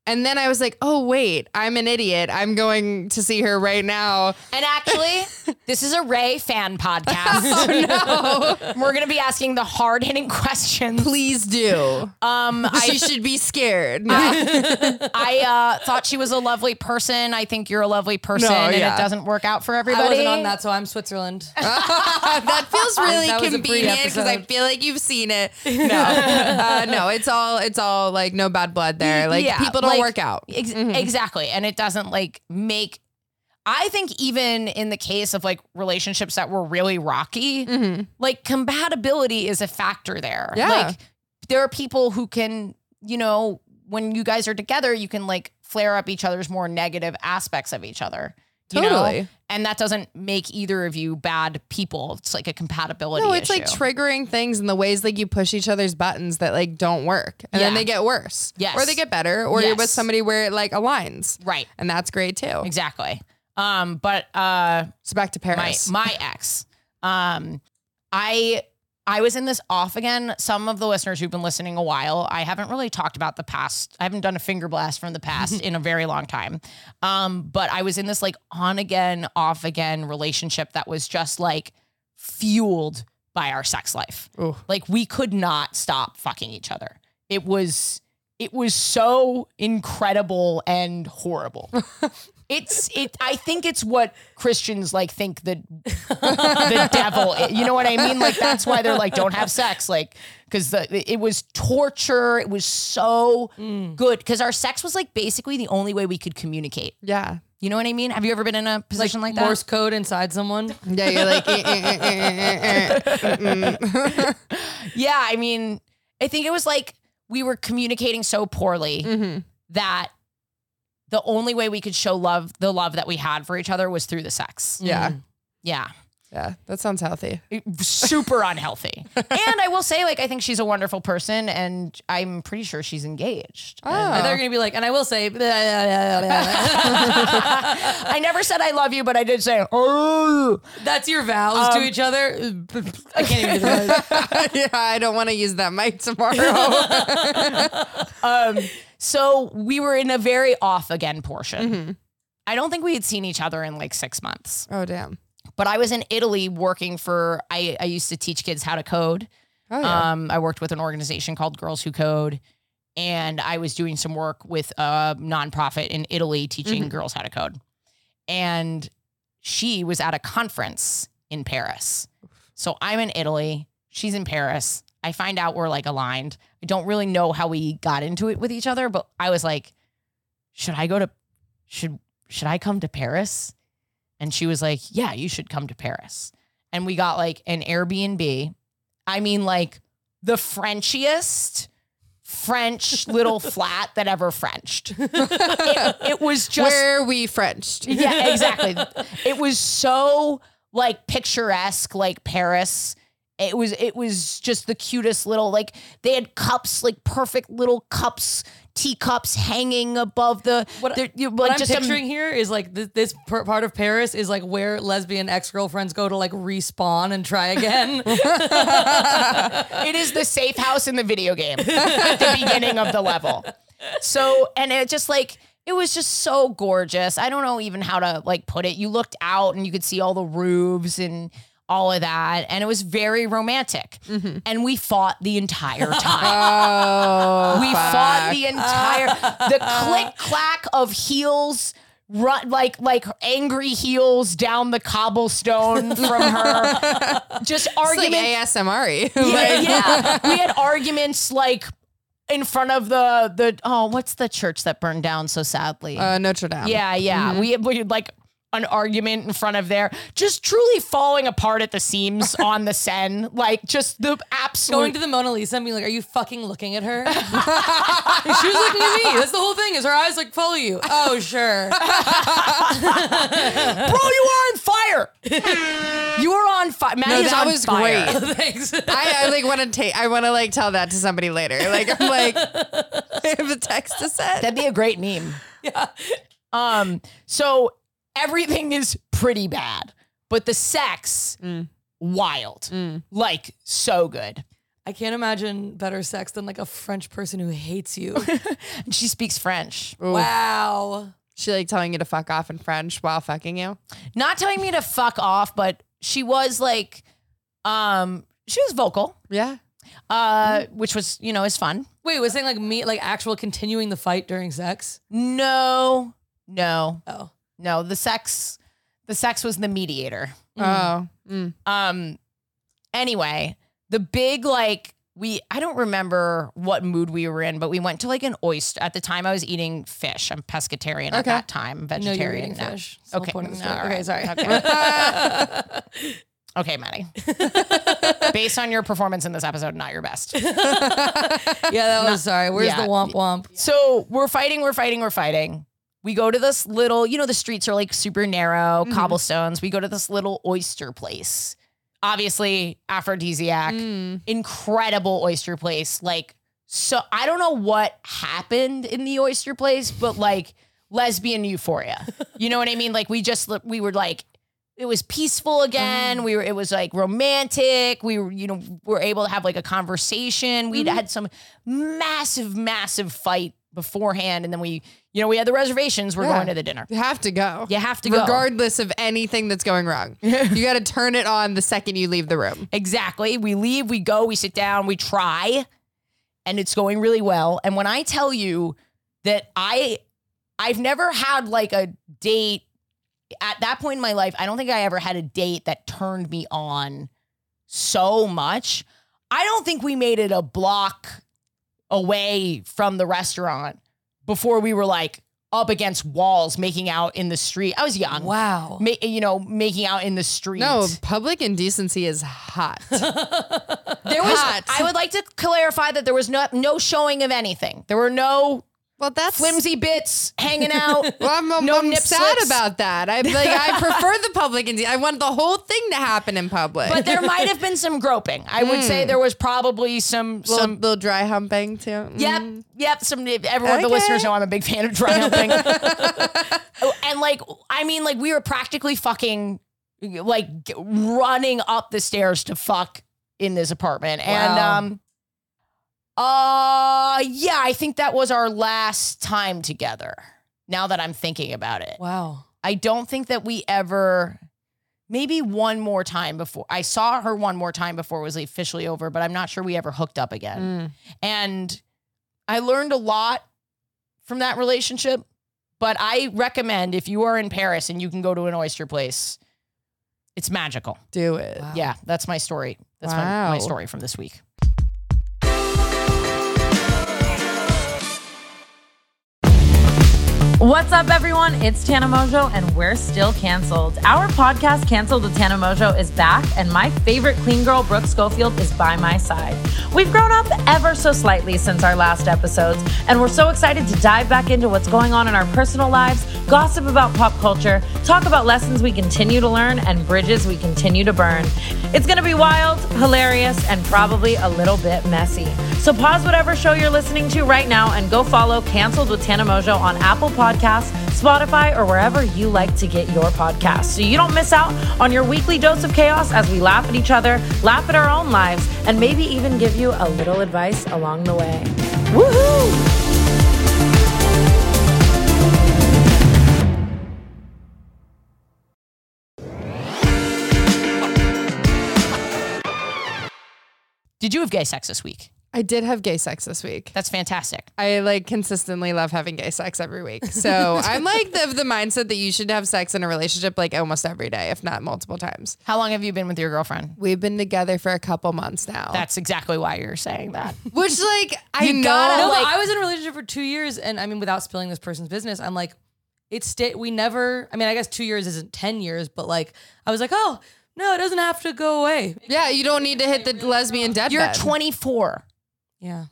And then I was like, oh, wait, I'm an idiot. I'm going to see her right now.
And actually, this is a Ray fan podcast. oh, no. We're going to be asking the hard hitting questions.
Please do.
Um,
she
I,
should be scared.
I uh, thought she was a lovely person. I think you're a lovely person,
No,
and
yeah.
it doesn't work out for everybody.
I wasn't on that, so I'm Switzerland.
that feels really
That was a brief
convenient because I
episode.
feel like you've seen it. No, uh, no, it's all it's all like no bad blood there. Like
Yeah,
people don't
like,
work out.
Ex- Exactly. And it doesn't like make. I think even in the case of like relationships that were really rocky, like compatibility is a factor there.
Mm-hmm. Yeah.
Like there are people who can, you know, when you guys are together, you can like flare up each other's more negative aspects of each other. You Know?
Totally.
And that doesn't make either of you bad people. It's like a compatibility.
No, it's
issue.
like triggering things in the ways like you push each other's buttons that like don't work, and then
Yeah.
they get worse.
Yes.
or they get better, or you're with
Yes.
somebody where it like aligns.
Right.
and that's great too.
Exactly. Um, but uh
So back to
my
Paris.
my ex. Um, I I was in this off again. Some of the listeners who've been listening a while, I haven't really talked about the past. I haven't done a finger blast from the past in a very long time. Um, but I was in this like on again, off again relationship that was just like fueled by our sex life. Like we could not stop fucking each other. It was it was so incredible and horrible. It's it. I think it's what Christians like think the the devil. i- You know what I mean? Like that's why they're like, don't have sex, like because the it was torture. It was so good because our sex was like basically the only way we could communicate.
yeah,
You know what I mean? Have you ever been in a position like,
Morse
that?
code inside someone.
yeah, you're like, eh, eh, eh, eh, eh, eh, eh.
Yeah, I mean, I think it was like we were communicating so poorly that the only way we could show love, the love that we had for each other, was through the sex.
yeah,
Yeah.
yeah. That sounds healthy.
super unhealthy. and I will say, like, I think she's a wonderful person, and I'm pretty sure she's engaged.
Oh.
And they're gonna be like, and I will say, blah, blah, blah, blah, blah.
I never said I love you, but I did say, oh,
that's your vows
Um,
to each other. Uh, I can't even. do that.
Oh. yeah, I don't want to use that mic tomorrow.
Um, So we were in a very off again portion. I don't think we had seen each other in like six months,
oh damn.
but I was in Italy working for, I, I used to teach kids how to code.
Oh yeah.
Um, I worked with an organization called Girls Who Code, and I was doing some work with a nonprofit in Italy teaching
Mm-hmm.
girls how to code. And she was at a conference in Paris. So I'm in Italy, she's in Paris. I find out we're like aligned. I don't really know how we got into it with each other, but I was like, should I go to should should I come to Paris? And she was like, yeah, you should come to Paris. And we got like an Airbnb I mean, like the Frenchiest French little flat that ever Frenched. it, it was just,
Where we Frenched.
yeah, exactly. It was so like picturesque, like Paris. It was it was just the cutest little like they had cups like perfect little cups teacups hanging above the
What,
they're- you-
what
like,
I'm
just a-
picturing here is like this, this per- part of Paris is like where lesbian ex girlfriends go to like respawn and try again.
it is the safe house in the video game at the beginning of the level. So, and it just like, it was just so gorgeous. I don't know even how to like put it. You looked out and you could see all the roofs and all of that. And it was very romantic.
Mm-hmm.
And we fought the entire time.
Oh,
we fought the entire, the click clack of heels. Run, like like angry heels down the cobblestone from her, just
It's like
argument
ASMR.
yeah, yeah. we had arguments like in front of the the oh, what's the church that burned down so sadly?
Uh, mm-hmm. Notre Dame.
yeah, yeah. We we had like an argument in front of there, just truly falling apart at the seams on the Seine, like just the absolute.
Going to the Mona Lisa and being like, "Are you fucking looking at her?" she was looking at me. That's the whole thing. Is her eyes like follow you? Oh sure.
Bro, you are on fire. you are on fire. Maddie
No,
is
that
on
was
fire.
great.
Thanks.
I, I like want to take. I want to like tell that to somebody later. Like I'm like, I have a text to send.
That'd be a great meme. yeah. Um, so everything is pretty
Mm.
bad, but the sex, wild. Like so good.
I can't imagine better sex than like a French person who hates you.
And she speaks French.
wow.
She like telling you to fuck off in French while fucking you.
Not telling me to fuck off, but she was like, um, she was vocal,
Yeah.
uh, which was, you know, is fun.
Wait, was saying like me like actual continuing the fight during sex?
No, no,
Oh.
no. The sex, the sex was the mediator.
Oh. Mm.
Um. Anyway, the big like we I don't remember what mood we were in, but we went to like an oyster. At the time, I was eating fish. I'm pescatarian at
Okay.
that time,
No, you're
vegetarian
eating
now.
fish. It's the whole
Okay.
point of the
all
story.
right.
Okay, sorry.
Okay, Maddie. Based on your performance in this episode, not your best.
yeah, that was sorry. Where's
yeah.
the womp womp?
So we're fighting, we're fighting, we're fighting. We go to this little, you know, the streets are like super narrow,
Mm-hmm.
cobblestones. We go to this little oyster place. Obviously, aphrodisiac,
Mm.
incredible oyster place. Like, so I don't know what happened in the oyster place, but like lesbian euphoria. You know what I mean? Like, we just, we were like, it was peaceful
Mm.
again. We were, it was like romantic. We were, you know, were able to have like a conversation.
Mm.
We'd had some massive, massive fight beforehand. And then we, you know, we had the reservations. We're
Yeah.
going to the dinner.
You have to go.
You have to go.
Regardless of anything that's going wrong. you got to turn it on the second you leave the room.
Exactly. We leave, we go, we sit down, we try, and it's going really well. And when I tell you that I I've never had like a date at that point in my life, I don't think I ever had a date that turned me on so much. I don't think we made it a block away from the restaurant before we were like up against walls making out in the street. I was young.
Wow.
Ma- you know, making out in the street.
No, public indecency is hot.
There was.
Hot.
I would like to clarify that there was no no showing of anything. There were no
well, that's
flimsy bits hanging out.
Well, I'm, I'm,
No
I'm
nip
sad
slips.
about that. I like I prefer the public and I want the whole thing to happen in public.
but there might have been some groping. I would say there was probably some
little,
some.
little dry humping too. Mm.
Yep, yep. Some everyone, the
Okay.
listeners know I'm a big fan of dry humping. Oh, and like, I mean, like we were practically fucking, like running up the stairs to fuck in this apartment, and
Wow.
um, uh, yeah, I think that was our last time together. Now that I'm thinking about it,
Wow.
I don't think that we ever maybe one more time before I saw her one more time before it was officially over, but I'm not sure we ever hooked up again.
Mm.
And I learned a lot from that relationship, but I recommend if you are in Paris and you can go to an oyster place, it's magical.
Do it.
Yeah, that's my story. That's my,
Wow.
my story from this week.
What's up, everyone? It's Tana Mojo, and we're still canceled. Our podcast, Canceled with Tana Mojo, is back, and my favorite clean girl, Brooke Schofield, is by my side. We've grown up ever so slightly since our last episodes, and we're so excited to dive back into what's going on in our personal lives, gossip about pop culture, talk about lessons we continue to learn, and bridges we continue to burn. It's going to be wild, hilarious, and probably a little bit messy. So pause whatever show you're listening to right now and go follow Canceled with Tana Mojo on Apple Podcasts, Spotify, or wherever you like to get your podcasts so you don't miss out on your weekly dose of chaos as we laugh at each other, laugh at our own lives, and maybe even give you a little advice along the way. Woohoo!
Did you have gay sex this week?
I did have gay sex this week.
That's fantastic.
I like consistently love having gay sex every week. So I'm like the, the mindset that you should have sex in a relationship like almost every day, if not multiple times.
How long have you been with your girlfriend?
We've been together for a couple months now.
That's exactly why you're saying that.
which like I know.
gotta,
No,
like-
but I was in a relationship for two years, and I mean, without spilling this person's business, I'm like, it's sta- we never. I mean, I guess two years isn't ten years, but like, I was like, oh no, it doesn't have to go away.
yeah, you don't need to hit the lesbian deathbed.
You're 24.
Yeah,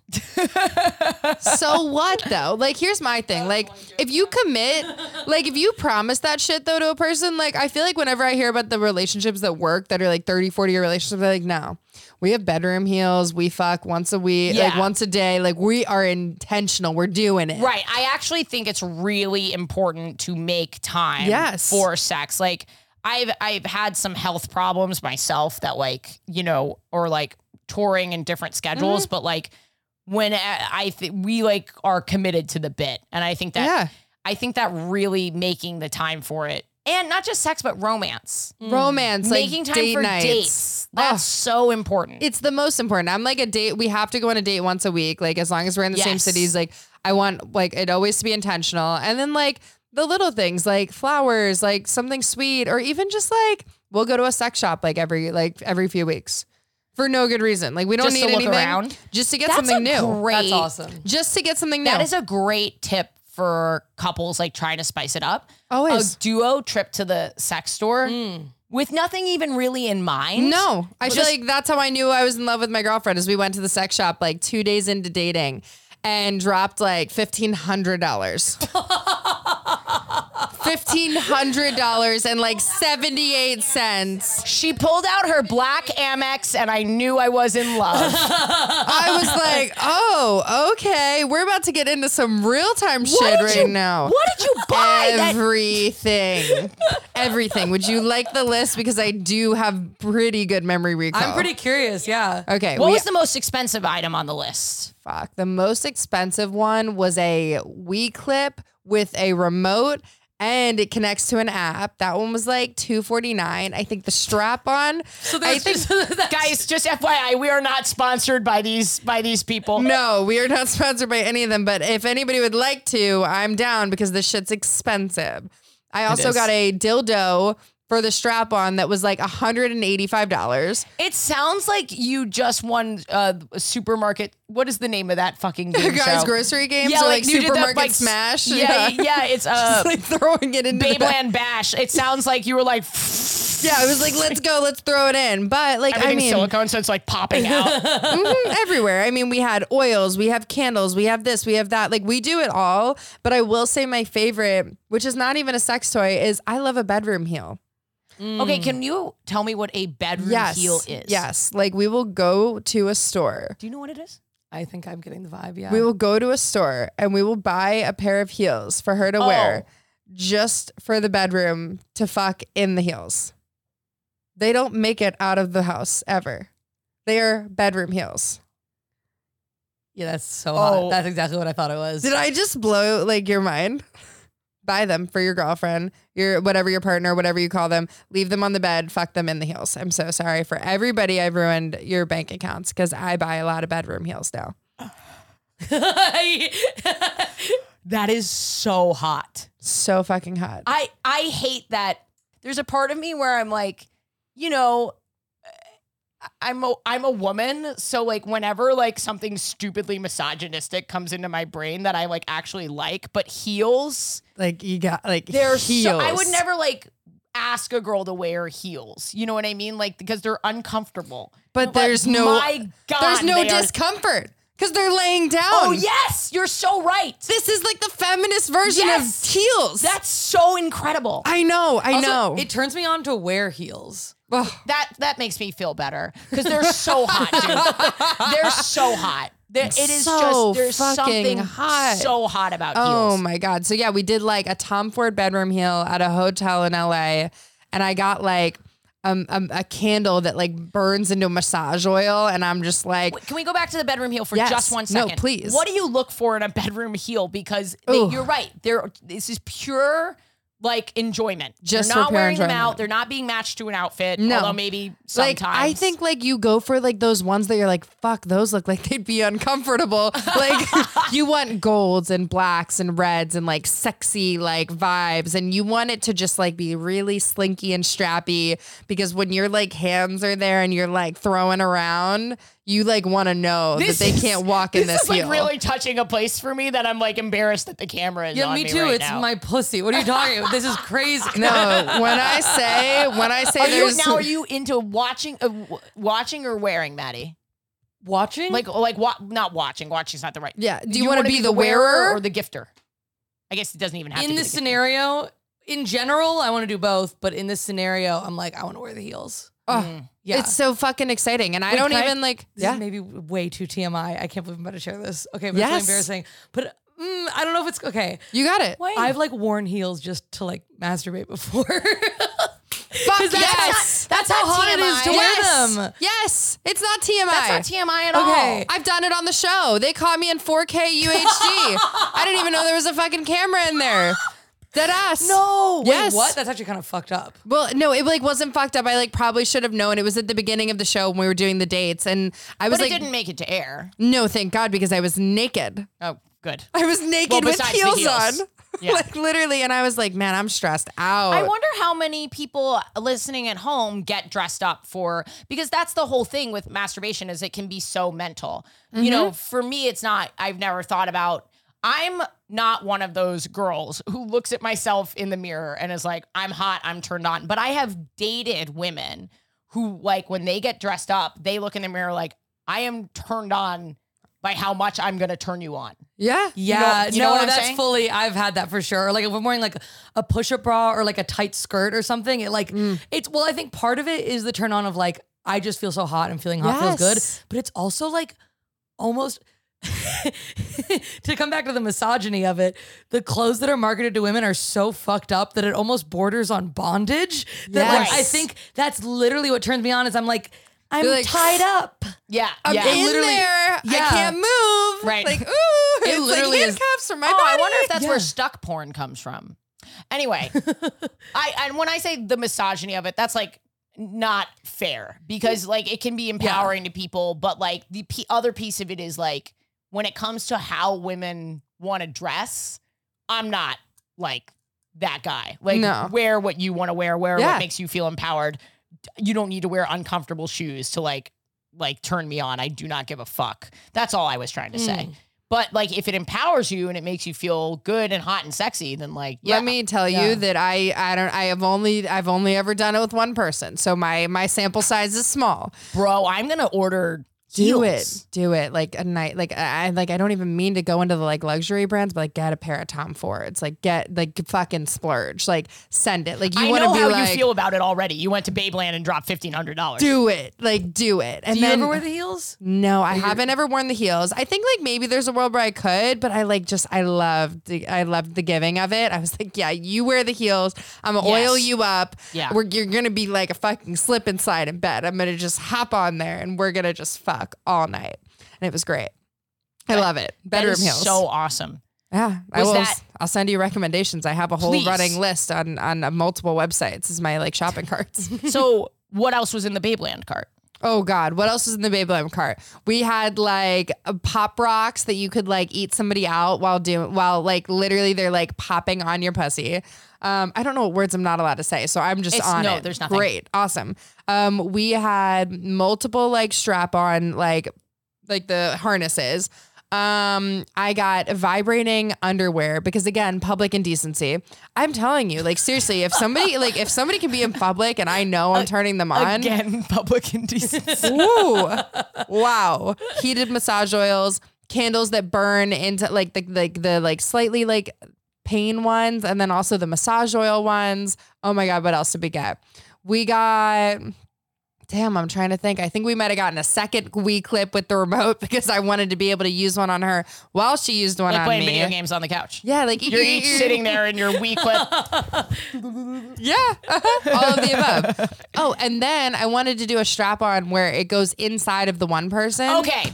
so what though? Like, here's my thing. Like, if you commit, like, if you promise that shit though to a person, like, I feel like whenever I hear about the relationships that work that are like 30, 40 year relationships, they're like, no, we have bedroom heels. We fuck once a week, like
Yeah.
once a day. Like, we are intentional. We're doing it.
Right. I actually think it's really important to make time
Yes.
for sex. Like I've I've had some health problems myself that like, you know, or like
touring and different schedules,
Mm-hmm.
but like when
uh,
I, I th- we like are committed to the bit, and I think that
Yeah.
I think that really making the time for it, and not just sex but romance,
romance, like
Mm. making time
date
for
nights.
dates. That's so important.
It's the most important. I'm like a date. We have to go on a date once a week. Like as long as we're in the same
Yes.
cities, like I want like it always to be intentional. And then like the little things like flowers, like something sweet, or even just like we'll go to a sex shop like every like every few weeks for no good reason. Like we don't
Just
need
to look
anything
around?
just to get
That's
something
a
new.
great-
That's awesome.
Just to get something new.
That is a great tip for couples like trying to spice it up.
Always.
a duo trip to the sex store with nothing even really in mind.
No, I feel like that's how I knew I was in love with my girlfriend. Is we went to the sex shop like two days into dating, and dropped like fifteen hundred dollars. Fifteen hundred dollars and like seventy eight cents.
she pulled out her black Amex, and I knew I was in love.
I was like, "Oh, okay, we're about to get into some real time shit
did
right
you-
now."
what did you buy that-
Everything, everything. Would you like the list? Because I do have pretty good memory recall.
I'm pretty curious. Yeah.
okay.
what
we-
was the most expensive item on the list?
fuck. The most expensive one was a Wii clip with a remote and it connects to an app. That one was like 249. I think the strap on. So I think
Guys, just FYI, we are not sponsored by these by these people.
no, we are not sponsored by any of them, but if anybody would like to, I'm down because this shit's expensive. I also got a dildo for the strap on that was like $185.
It sounds like you just won uh, a supermarket. What is the name of that fucking game
Guys,
show?
grocery games
Yeah,
or like,
you did that
supermarket
by-
smash.
Yeah, yeah, it's uh,
Like throwing it into the back.
Babeland Bash. It sounds like you were like
Yeah, I was like, let's go, let's throw it in. But like, I
everything
mean,
silicone, so it's like popping out.
mhm, everywhere. I mean, we had oils, we have candles, we have this, we have that. Like, we do it all. But I will say my favorite, which is not even a sex toy, is I love a bedroom heel.
okay, can you tell me what a bedroom
Yes,
heel is?
yes. Like we will go to a store.
Do you know what it is?
I think I'm getting the vibe. Yeah.
We will go to a store and we will buy a pair of heels for her to
Oh.
wear, just for the bedroom to fuck in the heels. They don't make it out of the house ever. They are bedroom heels.
yeah, that's so
Oh.
hot. That's exactly what I thought it was.
Did I just blow like your mind? Buy them for your girlfriend, your whatever your partner, whatever you call them. Leave them on the bed, fuck them in the heels. I'm so sorry for everybody. I've ruined your bank accounts because I buy a lot of bedroom heels now.
That is so hot.
So fucking hot.
I I hate that. There's a part of me where I'm like, you know, uh, I'm a, I'm a woman, so like whenever like something stupidly misogynistic comes into my brain that I like actually like, but heels,
like you got like
they're
heels.
So, I would never like ask a girl to wear heels. You know what I mean? Like because they're uncomfortable.
But there's no
my God,
there's no
they are-
discomfort because they're laying down.
Oh yes, you're so right.
This is like the feminist version
Yes.
of heels.
That's so incredible.
I know. I
Also,
know.
It turns me on to wear heels.
Ugh.
that that makes me feel better because they're so hot, dude. they're so hot. They're, it is
So
just there's
fucking
something
hot.
so hot about
Oh
heels.
my god! So yeah, we did like a Tom Ford bedroom heel at a hotel in LA, and I got like um, um, a candle that like burns into massage oil, and I'm just like,
Can we go back to the bedroom heel for
Yes.
just one
No,
second?
please.
What do you look for in a bedroom heel? Because they-
Ooh.
you're right. They're, this is pure like enjoyment.
Just
they're
for
not
pure
wearing them
enjoyment.
out. They're not being matched to an outfit.
No.
Although maybe sometimes.
like I think like you go for like those ones that you're like, fuck, those look like they'd be uncomfortable. like you want golds and blacks and reds and like sexy like vibes, and you want it to just like be really slinky and strappy because when your like hands are there and you're like throwing around, you like want to know
This
that they
is-
can't walk in this,
is like
heel.
really touching a place for me that I'm like embarrassed that the camera is
Yeah,
on
me
me,
too.
right
it's
now.
my pussy. What are you talking about? This is crazy.
no, when I say when I say
Are you
there's
now? Are you into watching, uh, w- watching or wearing, Maddie?
Watching?
Like, like wa- not watching. Watching's not the right.
Yeah. Do you wanna
wanna
be the wearer?
or the gifter? I guess it doesn't even have to
in
be
this
the gifter.
scenario, in general, I want to do both, but in this scenario, I'm like, I want to wear the heels.
Oh,
Yeah.
it's so fucking exciting, and I
Wait,
don't
can I-
even like
This is maybe way too TMI. I can't believe I'm about to share this. Okay, but
Yes.
it's really embarrassing. But mm, I don't know if it's okay.
You got it.
I've like worn heels just to like masturbate before.
Fuck Fuck
Because that's,
yes.
not, that's how
That's
hot it is
TMI.
to
yes.
wear them.
Yes. It's not TMI.
That's not TMI at
Okay.
I've done it on the show. They caught me in 4K UHD. I didn't even know there was a fucking camera in there. Dead ass.
No, wait,
Yes.
what? That's actually kind of fucked up.
Well, no, it like wasn't fucked up. I like probably should have known. It was at the beginning of the show when we were doing the dates, and I was
But it
like,
didn't make it to air.
"No, thank God," because I was naked.
Oh, good.
I was naked
Well,
with
besides the
heels,
heels.
on,
Yeah.
like literally. And I was like, "Man, I'm stressed out."
I wonder how many people listening at home get dressed up for because that's the whole thing with masturbation is it can be so mental. You know, for me it's not I've never thought about I'm not one of those girls who looks at myself in the mirror and is like I'm hot, I'm turned on, but I have dated women who like when they get dressed up, they look in the mirror like I am turned on by how much I'm going to turn you on.
yeah,
Yeah,
you know
no,
what I'm
that's
saying?
fully. I've had that for sure. Or like if I'm wearing like a push-up bra or like a tight skirt or something, it like
Mm.
it's. Well, I think part of it is the turn on of like I just feel so hot and feeling hot feels
Yes.
good, but it's also like almost. to come back to the misogyny of it, the clothes that are marketed to women are so fucked up that it almost borders on bondage. That like, I
Yes.
think that's literally what turns me on is I'm like, I'm
You're like,
tied up.
Yeah.
I'm
yeah.
in
literally-
there.
yeah.
I can't move.
Right.
Like, ooh,
It
it's
literally
like
is-
handcuffs for my
oh,
body.
I wonder if that's where stuck porn comes from. Anyway, I and when I say the misogyny of it, that's like not fair because like it can be empowering to people, but like the p- other piece of it is like when it comes to how women want to dress, I'm not like that guy. Like
No.
wear what you want to wear, wear
Yeah.
what makes you feel empowered. You don't need to wear uncomfortable shoes to like like turn me on. I do not give a fuck. That's all I was trying to say. But like if it empowers you and it makes you feel good and hot and sexy, then like yeah.
Let me tell you that I I don't I have only I've only ever done it with one person. So my my sample size is small.
bro, I'm gonna order
Do
heels.
it. Do it. Like a night like I I- like I don't even mean to go into the like luxury brands, but like get a pair of Tom Fords. Like get like fucking splurge. Like send it. Like you
I
want
know
to be
how
like
you feel about it already. You went to Babeland and dropped fifteen hundred dollars.
do it. Like do it. And
Do you
then
ever wear the heels?
no, I haven't ever worn the heels. I think like maybe there's a world where I could, but I like just I loved the, I loved the giving of it. I was like, yeah, you wear the heels. I'm gonna oil
Yes.
you up.
Yeah.
we're, you're gonna be like a fucking slip inside in bed. I'm gonna just hop on there and we're gonna just fuck all night. And it was great. I love it.
That
Bedroom
is
heels.
so awesome.
yeah, I
Was
will.
that-
I'll send you recommendations. I have a whole
Please.
running list on on uh, multiple websites. This is my like shopping carts.
so what else was in the Babeland cart?
Oh God, what else was in the Babeland cart? We had like uh, pop rocks that you could like eat somebody out while doing while like literally they're like popping on your pussy. Um, I don't know what words I'm not allowed to say, so I'm just
It's-
on
no,
it.
there's nothing.
Great, awesome. Um, we had multiple like strap on like like the harnesses. Um, I got vibrating underwear because again, public indecency. I'm telling you, like seriously, if somebody like if somebody can be in public and I know I'm turning them on,
Again, public indecency.
Ooh. wow. Heated massage oils, candles that burn into like the like the like slightly like pain ones and then also the massage oil ones. Oh my god, what else did we get? We got Damn, I'm trying to think. I think we might have gotten a second Wii clip with the remote because I wanted to be able to use one on her while she used one
like
on
playing
me.
video games on the couch.
Yeah, like
You're each sitting there in your wee clip.
Yeah, uh-huh. all of the above. Oh, and then I wanted to do a strap on where it goes inside of the one person.
Okay.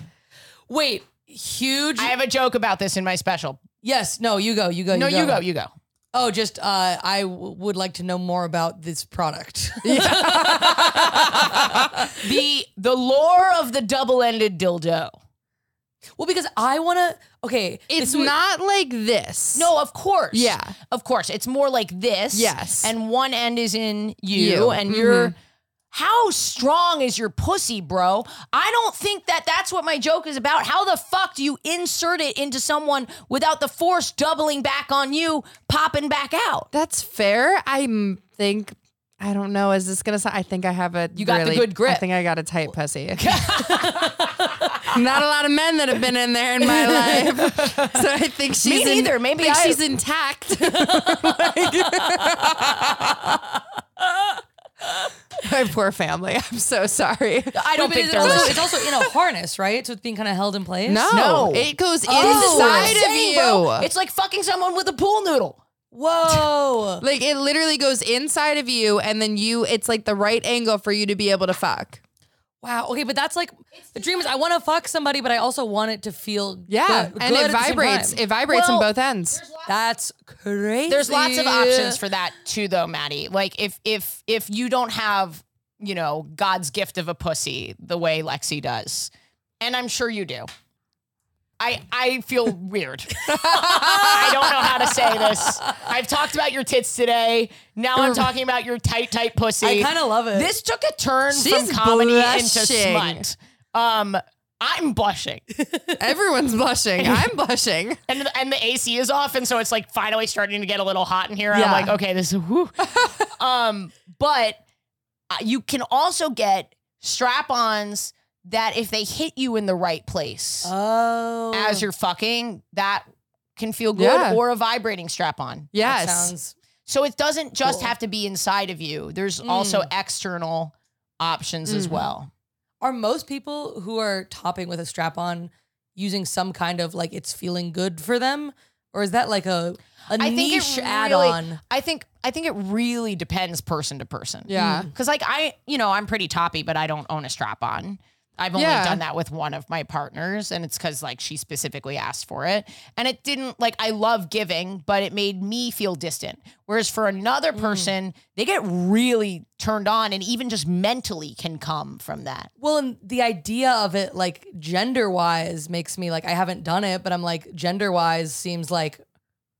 Wait, huge.
I have a joke about this in my special.
yes, no, you go, you go.
No, you go, you go.
Oh, just uh, I w- would like to know more about this product.
The the lore of the double-ended dildo.
well, because I want to. Okay,
It's
this would-
not like this.
No, of course.
Yeah.
Of course. It's more like this.
Yes.
And one end is in you,
You. Mm-hmm.
and you're how strong is your pussy, bro? I don't think that that's what my joke is about. How the fuck do you insert it into someone without the force doubling back on you, popping back out?
That's fair. I m- think I don't know. Is this gonna? Sound, I think I have a. You
got the good grip.
I think I got a tight pussy. Not a lot of men that have been in there in my life, so I think she's in-
neither. Maybe
think
I-
she's intact. my poor family. I'm so sorry.
I don't
think
it's
they're
also,
listening.
It's also in a harness, right? So it's being kind of held in place.
No,
No. Oh,
it goes
This is what I'm
inside of
saying,
you.
bro. It's like fucking someone with a pool noodle.
Whoa.
Like it literally goes inside of you, and then you, it's like the right angle for you to be able to fuck.
wow. Okay, but that's like the dream is I want to fuck somebody, but I also want it to feel
Yeah,
good-
and
good
it
at the same
vibrates.
time.
It vibrates on
Well,
both ends.
That's crazy.
There's lots of options for that too, though, Maddie. Like if if if you don't have you know God's gift of a pussy the way Lexi does, and I'm sure you do. I I feel weird. I don't know how to say this. I've talked about your tits today. Now I'm talking about your tight tight pussy.
I kind of love it.
This took a turn
She's
from comedy
blushing.
into smut. Um, I'm blushing,
Everyone's blushing. I'm blushing.
and the, and the AC is off, and so it's like finally starting to get a little hot in here.
Yeah.
I'm like, okay, this is whew. um, but uh, you can also get strap-ons that if they hit you in the right place
oh.
as you're fucking, that can feel good,
Yeah.
or a vibrating strap-on.
That
Yes.
sounds
So it doesn't just have to be inside of you. There's
Hmm.
also external options
Mm-hmm.
as well.
Are most people who are topping with a strap on using some kind of like it's feeling good for them? Or is that like a, a
I think it
niche
really-
add on?
I think I think it really depends person to person.
Yeah.
Cause like I, you know, I'm pretty toppy, but I don't own a strap on. I've only
Yeah.
done that with one of my partners, and it's because like she specifically asked for it. And it didn't like I love giving, but it made me feel distant. Whereas for another
Mm.
person, they get really turned on and even just mentally can come from that.
Well, and the idea of it, like gender wise, makes me like, I haven't done it, but I'm like, gender wise seems like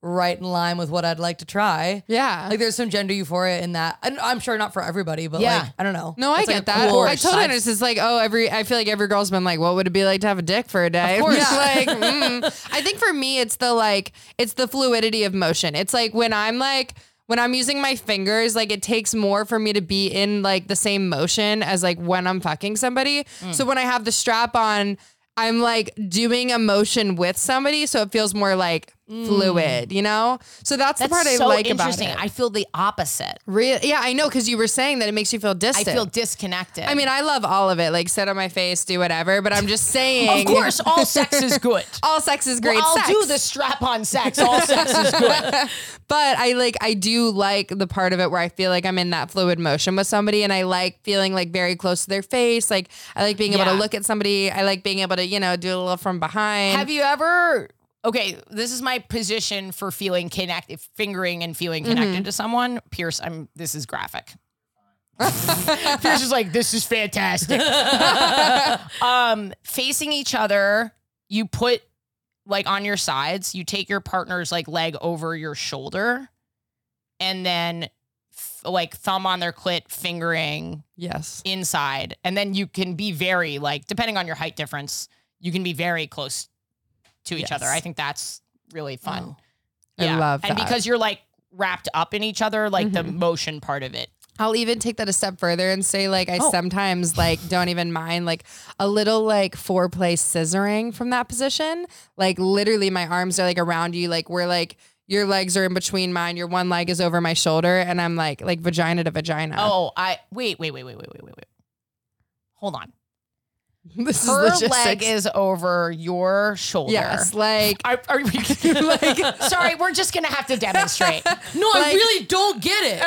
right in line with what I'd like to try.
Yeah.
Like there's some gender euphoria in that. And I'm sure not for everybody, but
Yeah.
like, I don't know.
No, I
It's, like,
get
a
that.
cool
I totally
side-
understand. It's just like, oh, every I feel like every girl's been like, what would it be like to have a dick for a day? Of
course.
like, mm. I think for me, it's the like, it's the fluidity of motion. It's like when I'm like. When I'm using my fingers, like it takes more for me to be in like the same motion as like when I'm fucking somebody.
Mm.
So when I have the strap on, I'm like doing a motion with somebody, so it feels more like
Mm.
fluid, you know. So that's,
That's
the part I
so
like
interesting.
about it.
I feel the opposite.
Re- yeah, I know because you were saying that it makes you feel
I
distant.
feel disconnected.
I mean, I love all of it. Like, sit on my face, do whatever. But I'm just saying.
of course, all sex is good.
all sex is great.
Well, I'll
sex.
do the strap on sex. All sex is good.
But I like, I do like the part of it where I feel like I'm in that fluid motion with somebody, and I like feeling like very close to their face. Like, I like being able
Yeah.
to look at somebody. I like being able to, you know, do a little from behind.
Have you ever? Okay, this is my position for feeling connected, fingering and feeling connected to someone. Pierce, I'm. This is graphic. Pierce is like, this is fantastic. um, facing each other, you put like on your sides. You take your partner's like leg over your shoulder, and then f- like thumb on their clit, fingering
yes.
inside and then you can be very like depending on your height difference you can be very close to each other i think that's really fun
Oh, I love
and
that. Mm-hmm.
because you're like wrapped up in each other like the motion part of it
I'll even take that a step further and say like I sometimes like don't even mind like a little like foreplay scissoring from that position. Like literally my arms are like around you like we're like your legs are in between mine, your one leg is over my shoulder and I'm like like vagina to vagina.
oh i wait wait wait wait wait wait wait wait hold on
this
her
is logistics.
leg is over your shoulder
Yes, like
are, are we, sorry we're just gonna have to demonstrate
No, I really don't get it.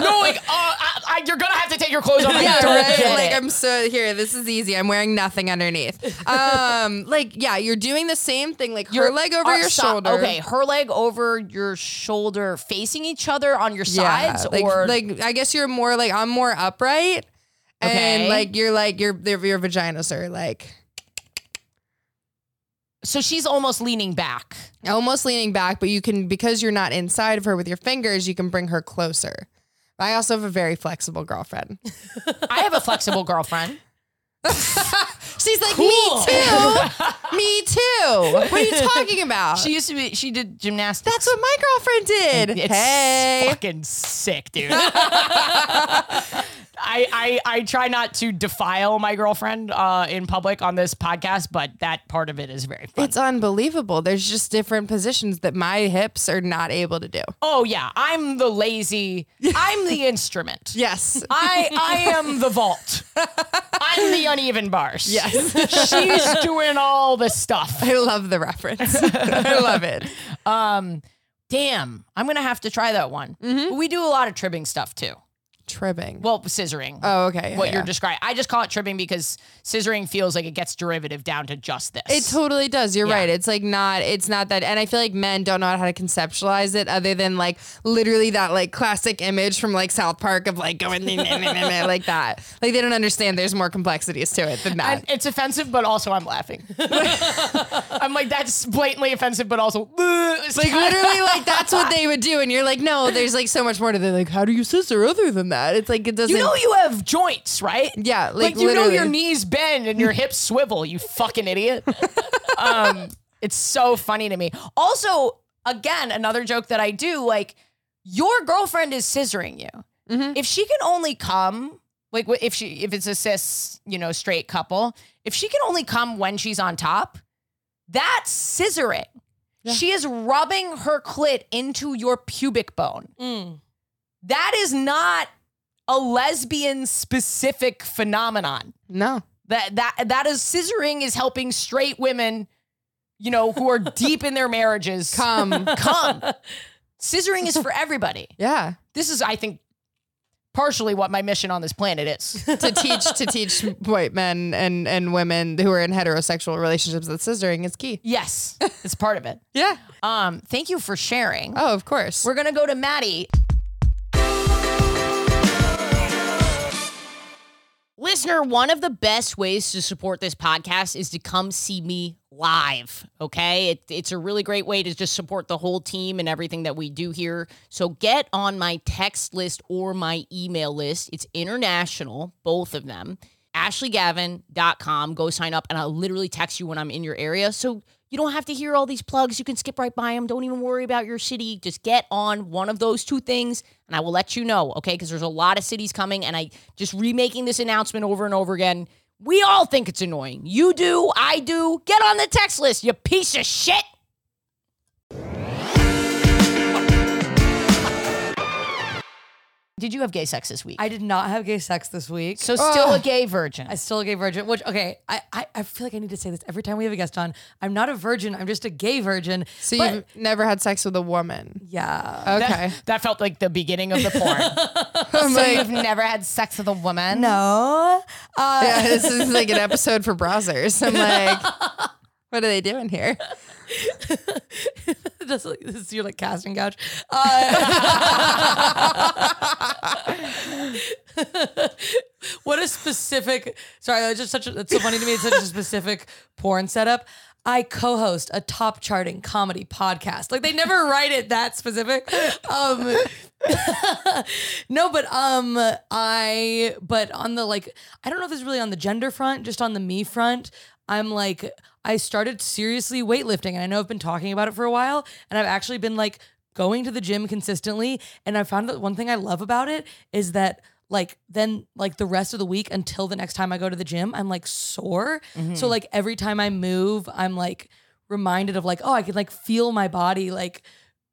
no like uh, I, I, you're gonna have to take your clothes off I
yeah,
don't
right.
get
Like
it.
I'm so here. This is easy. I'm wearing nothing underneath. Um, like yeah, you're doing the same thing. Like her leg over
uh,
your
so-
shoulder.
Okay, her leg over your shoulder, facing each other on your
Yeah,
sides,
like,
or
like I guess you're more like I'm more upright,
Okay.
and like you're like your your your vaginas are like
so she's almost leaning back.
almost leaning back, but you can because you're not inside of her with your fingers, you can bring her closer. I also have a very flexible girlfriend.
I have a flexible girlfriend.
She's like me too, me too. What are you talking about?
She used to be. She did gymnastics.
That's what my girlfriend did.
It's
hey,
fucking sick, dude. I, I I try not to defile my girlfriend uh, in public on this podcast, but that part of it is very fun.
it's unbelievable. There's just different positions that my hips are not able to do.
oh yeah, I'm the lazy. I'm the instrument.
Yes,
I I am the vault. I'm the uneven bars. Yes. She's doing all the stuff.
I love the reference. I love it.
Um damn, I'm gonna have to try that one. But we do a lot of tribbing stuff too.
Tribbing.
Mm-hmm. Well, scissoring.
Oh, okay. Yeah,
what you're
yeah.
describing. I just call it tribbing because scissoring feels like it gets derivative down to just this.
It totally does. You're right. It's like not. It's not that. And I feel like men don't know how to conceptualize it, other than like literally that like classic image from like South Park of like going nah, nah, nah, nah, nah, like that. Like they don't understand. There's more complexities to it than that.
And it's offensive, but also I'm laughing. I'm like, that's blatantly offensive, but also it's
like literally, like that's what they would do, and you're like, no, there's like so much more to it. Like, how do you scissor other than that? It's like it doesn't.
You know you have joints, right?
Yeah, like,
Like, you know your
literally.
knees bend and your hips swivel, you fucking idiot. um, it's so funny to me. Also, again, another joke that I do, like your girlfriend is scissoring you.
Mm-hmm.
If she can only come, like wh- if she if it's a cis, you know, straight couple, if she can only come when she's on top, that's scissoring. She is rubbing her clit into your pubic bone.
Mm.
That is not a lesbian specific phenomenon.
no.
That that that is scissoring is helping straight women, you know, who are deep in their marriages
Come.
come. Scissoring is for everybody.
Yeah.
This is, I think, partially what my mission on this planet is.
to teach to teach white men and and women who are in heterosexual relationships that scissoring is key.
Yes, it's part of it.
Yeah.
Um, thank you for sharing.
Oh, of course.
We're gonna go to Maddie. Listener, one of the best ways to support this podcast is to come see me live. Okay. It, it's a really great way to just support the whole team and everything that we do here. So get on my text list or my email list. It's international, both of them. AshleyGavin.com. Go sign up, and I'll literally text you when I'm in your area. So you don't have to hear all these plugs. You can skip right by them. Don't even worry about your city. Just get on one of those two things, and I will let you know, okay? Because there's a lot of cities coming, and I just remaking this announcement over and over again. We all think it's annoying. You do, I do. Get on the text list, you piece of shit. Did you have gay sex this week?
I did not have gay sex this week.
so still a gay virgin.
I still a gay virgin, which okay, I, I I feel like I need to say this every time we have a guest on. I'm not a virgin, I'm just a gay virgin.
so
But-
you've Oh. never had sex with a woman.
yeah.
Okay.
that felt like the beginning of the porn.
I'm like,
never had sex with a woman.
No. Uh,
yeah, this is like an episode for browsers. I'm like, what are they doing here?
just like this is your like casting couch. Uh, what a specific. Sorry, that's just such. A, that's so funny to me. It's such a specific porn setup. I co-host a top charting comedy podcast. Like they never write it that specific. Um, no, but um, I but on the like, I don't know if it's really on the gender front, just on the me front. I'm like, I started seriously weightlifting, and I know I've been talking about it for a while, and I've actually been like going to the gym consistently, and I found that one thing I love about it is that like then like the rest of the week until the next time I go to the gym, I'm like sore. So like every time I move, I'm like reminded of like, oh, I can like feel my body like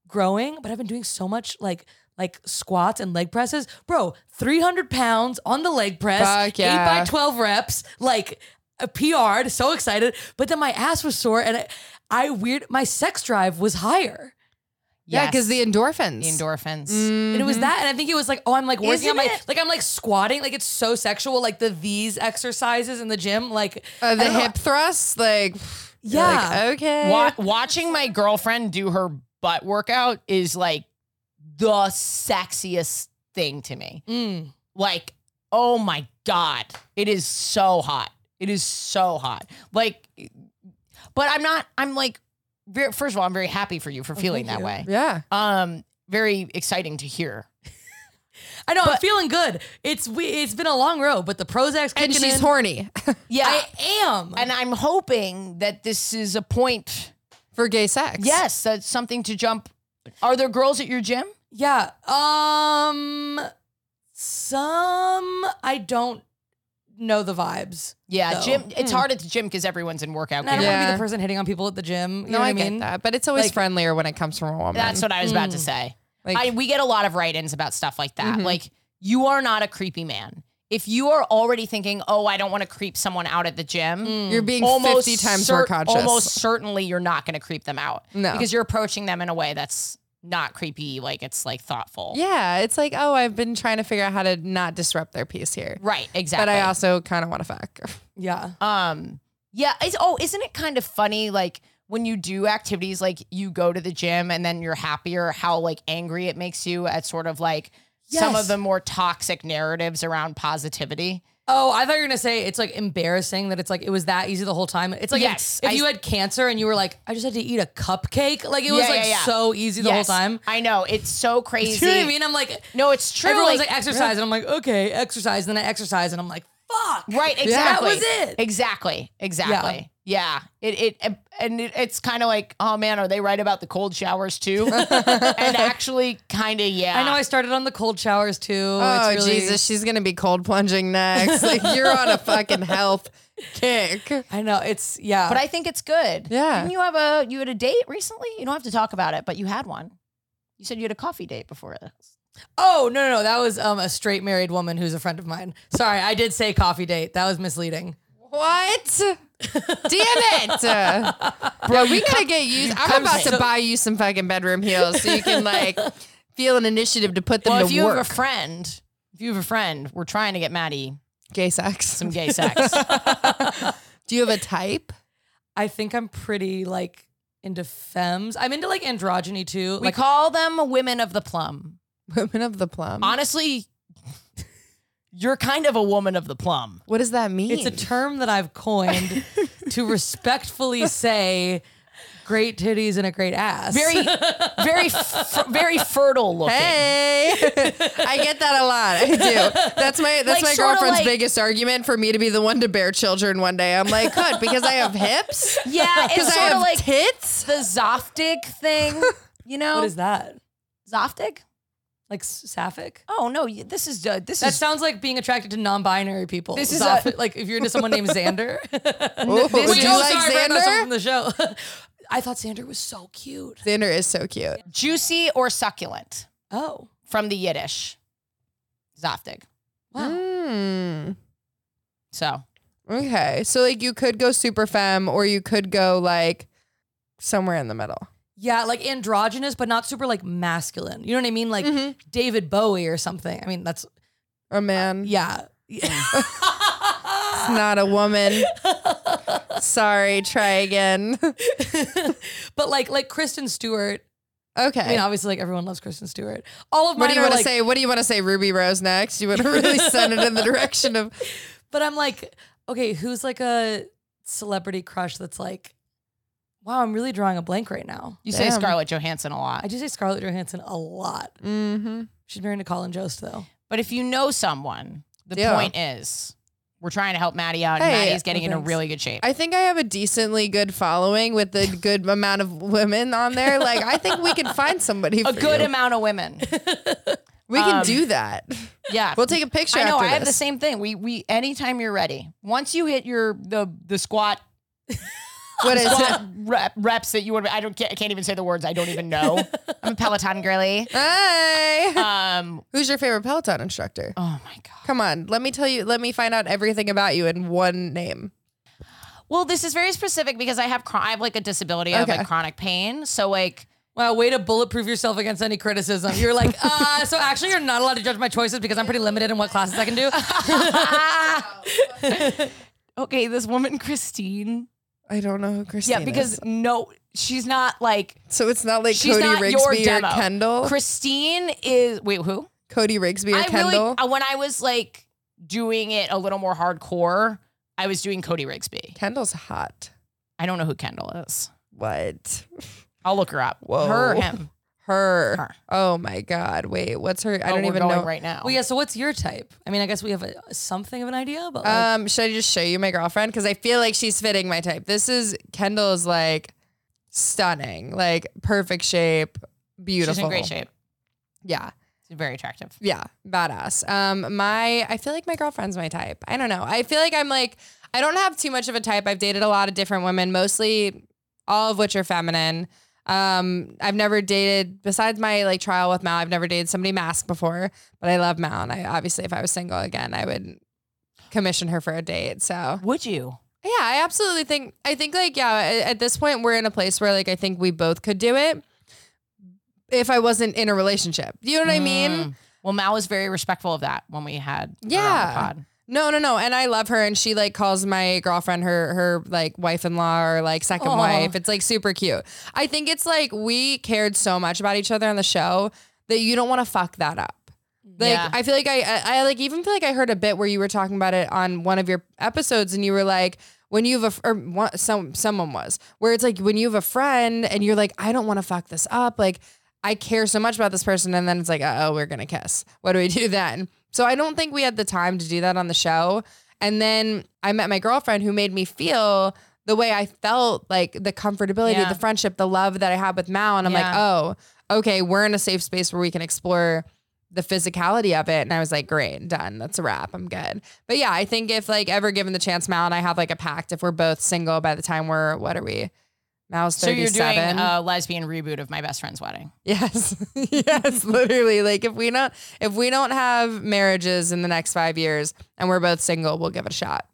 growing, but I've been doing so much like like squats and leg presses. Bro, 300 pounds on the leg press,
Fuck yeah.
8 by 12 reps, like a PR'd, so excited. But then my ass was sore and I, I weird, my sex drive was higher.
Yeah, because the endorphins.
endorphins.
And it was that. And I think it was like, oh, I'm like working
Isn't
on my,
it-
like I'm like squatting. Like it's so sexual. Like the these exercises in the gym. Like,
Uh, the
I don't know.
hip thrusts, like, you're
Yeah.
like, okay.
Wa- watching my girlfriend do her butt workout is like the sexiest thing to me.
Mm.
Like, oh my God. It is so hot. It is so hot. Like, but I'm not, I'm like, ver- first of all, I'm very happy for you for feeling that way.
Yeah.
Um, very exciting to hear.
I know I'm feeling good. It's, we, it's been a long road, but the Prozac's kicking
And she's
in.
horny
Yeah.
I am.
and I'm hoping that this is a point.
for gay sex.
Yes, that's something to jump. Are there girls at your gym?
Yeah. Um some I don't know the vibes.
Yeah,
though.
gym. It's hard at the gym because everyone's in workout
And I
gear.
don't want to be
Yeah.
the person hitting on people at the gym. You
No,
know what
I,
I mean?
get that. But it's always
Like-
friendlier when it comes from a woman.
That's what I was about to say.
Mm-hmm. Like- Mm-hmm.
I, we get a lot of write-ins about stuff like that. Like, you are not a creepy man. If you are already thinking, "Oh, I don't want to creep someone out at the gym,"
You're being 50 times more
cer-
conscious.
Almost certainly, you're not going to creep them out
No.
because you're approaching them in a way that's not creepy. Like it's like thoughtful.
Yeah, it's like, oh, I've been trying to figure out how to not disrupt their peace here.
Right. Exactly.
But I also kind of want to fuck.
Yeah.
Um, yeah. It's, oh, isn't it kind of funny? Like when you do activities, like you go to the gym and then you're happier, how like angry it makes you at sort of like some
Yes.
of the more toxic narratives around positivity.
Oh, I thought you were gonna say it's like embarrassing that it's like it was that easy the whole time. It's like if-
Yes,
if,
I-
you had cancer and you were like, I just had to eat a cupcake. Like it was
Yeah,
like
yeah, yeah.
so easy the
Yes.
whole time.
I know. It's so crazy.
Do you know what I mean? I'm like,
No, it's true.
everyone's
Like-
like, exercise, and I'm like, okay, exercise. And then I exercise, and I'm like, fuck.
Right, exactly.
That was it.
Exactly. Exactly. Yeah. It it and it, it's kind of like, oh man, are they right about the cold showers too? and actually kind of yeah.
I know I started on the cold showers too.
Oh,
it's really,
Jesus, she's going to be cold plunging next. like, you're on a fucking health kick.
I know it's yeah.
but I think it's good.
Yeah.
Didn't you have a you had a date recently? You don't have to talk about it, but you had one. You said you had a coffee date before this.
oh no, no, no, that was um a straight married woman who's a friend of mine. Sorry, I did say coffee date. That was misleading.
What? Damn it. Bro, we gotta get used. I'm about to buy you some fucking bedroom heels so you can like feel an initiative to put them
Well,
to
if you
work.
have a friend, if you have a friend, we're trying to get Maddie
Gay sex.
some gay sex.
Do you have a type?
I think I'm pretty like into femmes. I'm into like androgyny too.
we
like
call them women of the plum.
Women of the plum.
Honestly, you're kind of a woman of the plum.
What does that mean?
it's a term that I've coined to respectfully say great titties and a great ass.
very, very, f- very fertile looking.
Hey, I get that a lot. I do. That's my that's
Like,
my
sorta
girlfriend's
like-
biggest argument for me to be the one to bear children one day. I'm like, good because I have hips.
Yeah,
because
it's
I
sort
have
of like
tits.
the Zoftig thing. You know,
What is that?
Zoftig?
Like s- sapphic?
Oh no, y- this is uh, this
That
is
sounds like being attracted to non-binary people.
This is
Zoph-
a-
like if you're into someone named Xander.
Ooh,
Wait,
would you
oh,
like
sorry, I brought that
Xander?
up from the show. I thought Xander was so cute.
Xander is so cute.
juicy or succulent
Oh,
from the Yiddish. Zoftig.
wow.
Hmm.
So
Okay, so like you could go super femme, or you could go like somewhere in the middle.
Yeah, like androgynous, but not super like masculine. You know what I mean? Like David Bowie or something. I mean, that's
A man,
yeah.
it's not a woman. Sorry, try again.
but like like Kristen Stewart.
Okay.
I mean, obviously, like everyone loves Kristen Stewart. All of
what
mine
do you
are
want to
like,
say? What do you want to say, Ruby Rose next? You want to really send it in the direction of
but I'm like, okay, who's like a celebrity crush that's like, wow, I'm really drawing a blank right now.
you say Scarlett Johansson a
I
lot,
do say Scarlett Johansson a lot.
Mm-hmm.
She's married to Colin Jost though.
but if you know someone, the
Yeah.
point is we're trying to help Maddie out,
Hey,
and Maddie's getting
well,
into
thanks.
really good shape.
I think I have a decently good following with a good amount of women on there. Like, I think we can find somebody.
A
for
good
you.
amount of women.
We can
um,
do that.
Yeah,
We'll take a picture.
I know.
After
I have the
this.
same thing. We we anytime you're ready. Once you hit your the the squat
What is it?
squat rep, reps that you would. I don't can't, can't even say the words. I don't even know. I'm a Peloton girly.
Hey,
Um.
who's your favorite Peloton instructor?
Oh my god.
Come on, let me tell you. Let me find out everything about you in one name.
Well, this is very specific because I have chron- I have like a disability. I have
Okay.
like chronic pain. So like
Wow, way to bulletproof yourself against any criticism. You're like, uh, so actually, you're not allowed to judge my choices because I'm pretty limited in what classes I can do.
okay, this woman Christine.
I don't know who Christine.
Yeah, because
is.
no, she's not like
so it's not like
she's
Cody
not your
Rigsby or
demo.
Kendall.
Christine is wait who?
Cody Rigsby or
I
Kendall.
really uh, when I was like doing it a little more hardcore, I was doing Cody Rigsby.
Kendall's hot.
I don't know who Kendall is.
What?
I'll look her up.
Whoa.
Her, him.
Her.
Her.
Oh my God. Wait, what's her? I
Oh,
don't
we're
even
going
know.
right now.
Well, yeah. So, what's your type? I mean, I guess we have a, something of an idea, but like,
Um, should I just show you my girlfriend? Because I feel like she's fitting my type. This is Kendall is like stunning, like perfect shape, beautiful.
She's in great shape.
Yeah.
She's very attractive.
Yeah. Badass. Um, my I feel like my girlfriend's my type. I don't know. I feel like I'm like I don't have too much of a type. I've dated a lot of different women, mostly all of which are feminine. Um, I've never dated besides my like trial with Mal, I've never dated somebody masked before, but I love Mal and I obviously if I was single again, I would commission her for a date. So
Would you?
yeah, I absolutely think I think like yeah, a- at this point we're in a place where like I think we both could do it. if I wasn't in a relationship. You know what I
Mm.
mean?
Well, Mal was very respectful of that when we had her on the
Yeah.
pod.
No, no, no. And I love her and she like calls my girlfriend her her like wife in law or like second wife. It's like super cute. I think it's like we cared so much about each other on the show that you don't want to fuck that up. Like
Yeah.
I feel like I, I I like even feel like I heard a bit where you were talking about it on one of your episodes and you were like when you have a or one, some someone was where it's like when you have a friend and you're like I don't want to fuck this up like I care so much about this person and then it's like oh we're gonna kiss what do we do then so I don't think we had the time to do that on the show and then I met my girlfriend who made me feel the way I felt like the comfortability
Yeah.
the friendship the love that I had with Mal and I'm like
Yeah.
oh okay we're in a safe space where we can explore the physicality of it. And I was like, great, done. That's a wrap. I'm good. But yeah, I think if like ever given the chance, Mal and I have like a pact, if we're both single by the time we're, what are we? Mal's
So you're
37.
doing uh, a lesbian reboot of my best friend's wedding.
yes. yes. Literally. Like if we don't, if we don't have marriages in the next five years and we're both single, we'll give it a shot.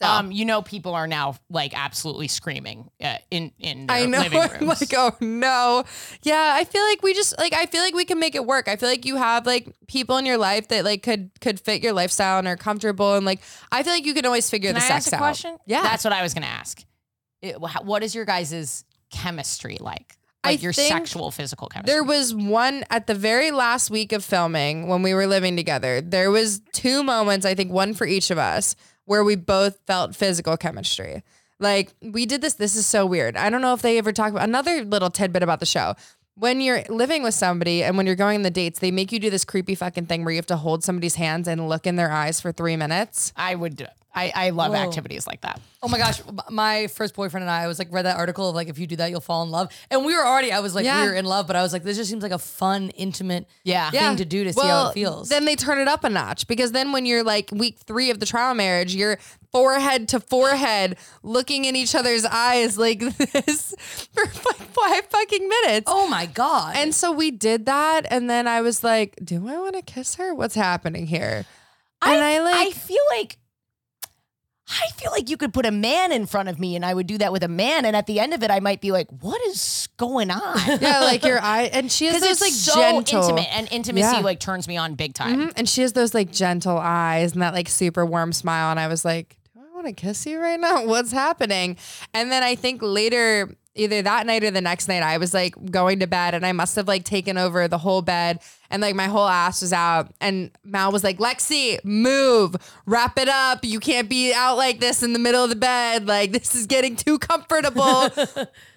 So
Um, you know, people are now like absolutely screaming uh, in in their
I know.
living
I'm
rooms.
like, oh no. Yeah, I feel like we just like I feel like we can make it work. I feel like you have like people in your life that like could could fit your lifestyle and are comfortable and like I feel like you can always figure
Can
the
I
sex
ask a
out.
question?
Yeah.
that's what I was going to ask. It, wh- what is your guys' chemistry like? Like
I
your
think
sexual, physical chemistry.
There was one at the very last week of filming when we were living together. There was two moments, I think one for each of us, where we both felt physical chemistry. Like we did this. This is so weird. I don't know if they ever talk about another little tidbit about the show. When you're living with somebody and when you're going on the dates, they make you do this creepy fucking thing where you have to hold somebody's hands and look in their eyes for three minutes.
I would. do- I I love activities like that.
Oh my gosh, m- my first boyfriend and I, I was like read that article of like if you do that you'll fall in love, and we were already I was like
Yeah.
we were in love, but I was like this just seems like a fun intimate
Yeah.
thing to do to see how
Well,
it feels.
Then they turn it up a notch because then when you're like week three of the trial marriage, you're forehead to forehead looking in each other's eyes like this for like five fucking minutes.
oh my god,
And so we did that. And then I was like, do I want to kiss her? What's happening here? and I like,
I feel like I feel like you could put a man in front of me and I would do that with a man and at the end of it I might be like what is going on?
yeah, like your eye. And she has
Cuz
those
it's
like
so
gentle.
intimate and intimacy
Yeah.
like turns me on big
Mm-hmm.
time.
Mhm. And she has those like gentle eyes and that like super warm smile. And I was like, do I want to kiss you right now? What's happening? And then I think later, either that night or the next night, I was like going to bed and I must have like taken over the whole bed and like my whole ass was out. And Mal was like, Lexi, move, wrap it up. You can't be out like this in the middle of the bed. Like, this is getting too comfortable.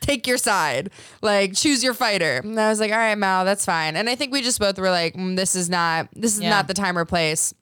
Take your side. Like, choose your fighter. And I was like, all right, Mal, that's fine. And I think we just both were like, mm, this is not, this is
Yeah.
not the time or place.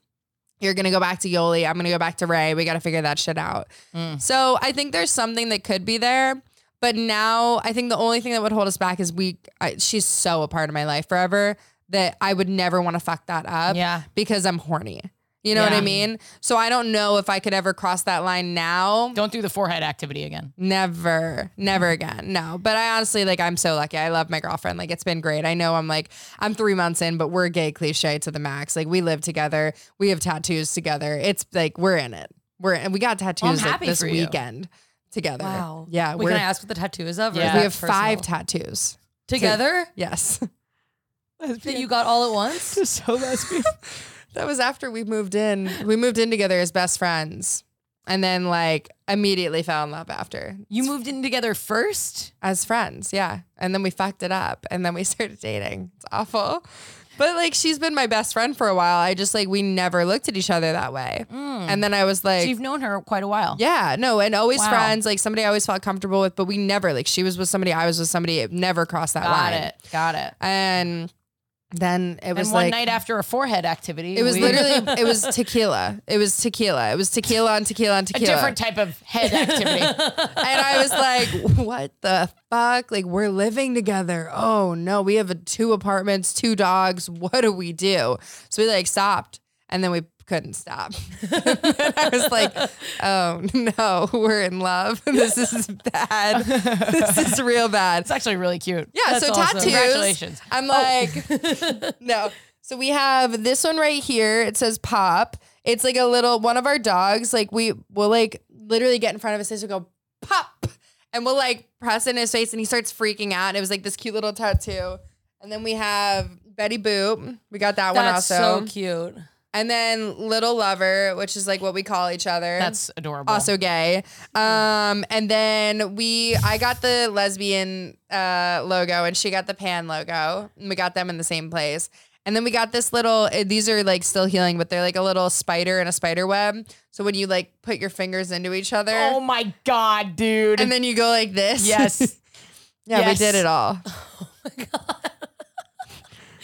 You're gonna go back to Yoli. I'm gonna go back to Ray. We gotta figure that shit out.
Mm.
So I think there's something that could be there, but now I think the only thing that would hold us back is we. I, she's so a part of my life forever that I would never want to fuck that up.
Yeah.
because I'm horny. You know what I
Yeah.
mean? So I don't know if I could ever cross that line now.
Don't do the forehead activity again.
Never, never again. No. But I honestly like I'm so lucky. I love my girlfriend. Like it's been great. I know I'm like I'm 3 months in, but we're gay cliche to the max. Like we live together. We have tattoos together. It's like we're in it. We're and we got tattoos like,
happy
this
for you.
weekend together.
wow,
Yeah,
Wait,
we're
can I ask what the tattoo is of? or is
Yeah.
that
we have five
personal?
tattoos.
together
Yes.
that you got all at once.
so lesbian.
That was after we moved in. We moved in together as best friends. And then like immediately fell in love after.
You moved in together first?
as friends. Yeah. And then we fucked it up and then we started dating. It's awful. But like she's been my best friend for a while. I just like we never looked at each other that way. And then I was
Mm. So
like
you've known her quite a while.
yeah, no, and always
Wow.
friends, like somebody I always felt comfortable with, but we never like she was with somebody, I was with somebody, it never crossed that
Got
line.
it. Got it.
And then it was
And one
like
night after a forehead activity,
it was
we-
literally it was tequila. It was tequila. It was tequila on tequila on
a
tequila.
different type of head activity.
and I was like, "What the fuck? Like we're living together. Oh no, we have a, two apartments, two dogs. What do we do?" So we like stopped, and then we couldn't stop. and I was like, "Oh no, we're in love. This is bad. This is real bad."
it's actually really cute.
Yeah, so tattoos.
Congratulations.
I'm
Oh.
like, no. So we have this one right here. It says pop. It's like a little one of our dogs. Like we will like literally get in front of his face and go pop, and we'll like press it in his face, and he starts freaking out. And it was like this cute little tattoo. And then we have Betty Boop. We got that one
That's
also.
so cute.
And then Little Lover, which is like what we call each other.
That's adorable.
Uh,
also gay. Um, and then we, I got the lesbian uh, logo, and she got the pan logo. And we got them in the same place. And then we got this little. eh, These are like still healing, but they're like a little spider and a spider web. So when you like put your fingers into each other,
Oh my god, dude.
and then you go like this.
yes.
yeah,
yes.
we did it all,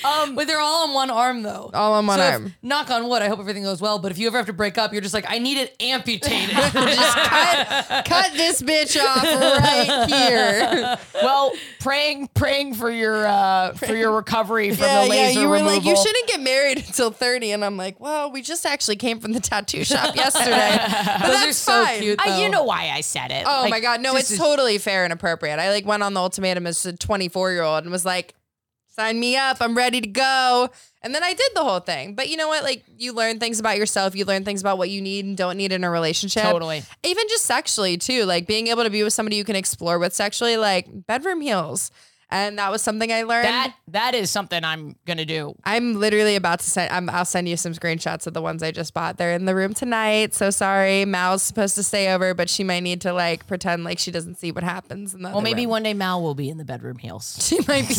Um, but they're all on one arm though.
all on one
So if-
arm.
knock on wood. I hope everything goes well. But if you ever have to break up, you're just like, I need it amputated.
Just cut, cut this bitch off right here.
Well, praying praying for your uh for your recovery from
Yeah,
the
yeah.
laser
You were like, you
removal.
shouldn't get married until 30. And I'm like, well, we just actually came from the tattoo shop yesterday. But
Those
that's
are so
fine.
cute.
I, you
though.
know why I said it.
Oh
Like,
my God. No,
just
it's totally fair and appropriate. I like went on the ultimatum as a 24 year old and was like, sign me up. I'm ready to go. And then I did the whole thing. But you know what? Like, you learn things about yourself. You learn things about what you need and don't need in a relationship.
Totally.
Even just sexually, too. Like, being able to be with somebody you can explore with sexually, like bedroom heels. And that was something I learned.
That that is something I'm gonna do.
I'm literally about to send. I'm, I'll send you some screenshots of the ones I just bought. They're in the room tonight. So sorry, Mal's supposed to stay over, but she might need to like pretend like she doesn't see what happens. In the
Well, maybe
room.
one day Mal will be in the bedroom heels.
she might be.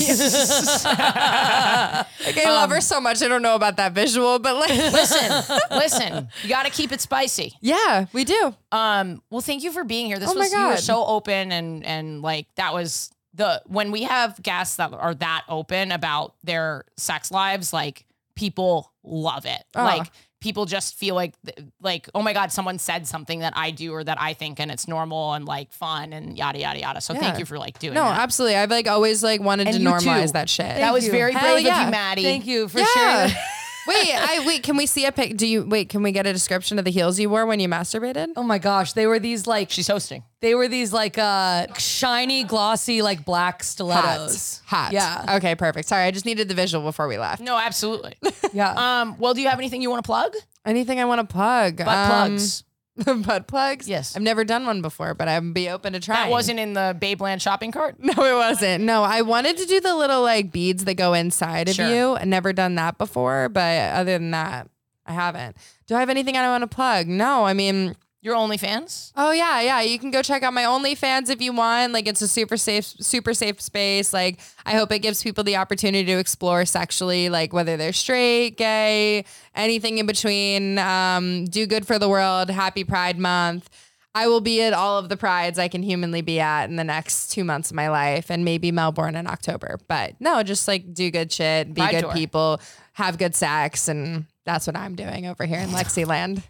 like I love her
Um,
so much. I don't know about that visual, but like,
Listen, listen, you got to keep it spicy.
yeah, we do.
Um, well, thank you for being here. This
Oh my
was you were
God.
so open and and like that was the when we have guests that are that open about their sex lives, like people love it.
Oh.
Like people just feel like th- like oh my god, someone said something that I do or that I think and it's normal and like fun and yada yada yada. So thank
Yeah.
you for like doing
No,
that.
absolutely. I've like always like wanted
And
to
you
normalize
too.
that shit.
that was
you.
very
Hell
brave of
yeah.
you, Maddie.
Thank you for sharing.
yeah.
That.
wait, I wait. Can we see a pic? Do you wait? Can we get a description of the heels you wore when you masturbated?
Oh my gosh, they were these like
She's hosting.
they were these like uh shiny, glossy, like black stilettos.
Hot.
Yeah.
Okay, perfect. Sorry, I just needed the visual before we left.
No, absolutely.
Yeah.
um, well, do you have anything you want to plug?
Anything I want to plug?
Butt plugs.
butt plugs?
Yes.
I've never done one before, but I'd be open to trying.
That wasn't in the Babeland shopping cart.
No, it wasn't. No, I wanted to do the little like beads that go inside of
Sure.
you. I've never done that before, but other than that, I haven't. Do I have anything I want to plug? No, I mean,
Your OnlyFans.
Oh yeah, yeah. You can go check out my OnlyFans if you want. Like it's a super safe, super safe space. Like I hope it gives people the opportunity to explore sexually, like whether they're straight, gay, anything in between. Um, do good for the world. Happy Pride Month. I will be at all of the prides I can humanly be at in the next two months of my life, and maybe Melbourne in October. But no, just like do good shit, be
Pride
good
tour.
people, have good sex, and that's what I'm doing over here in Lexiland.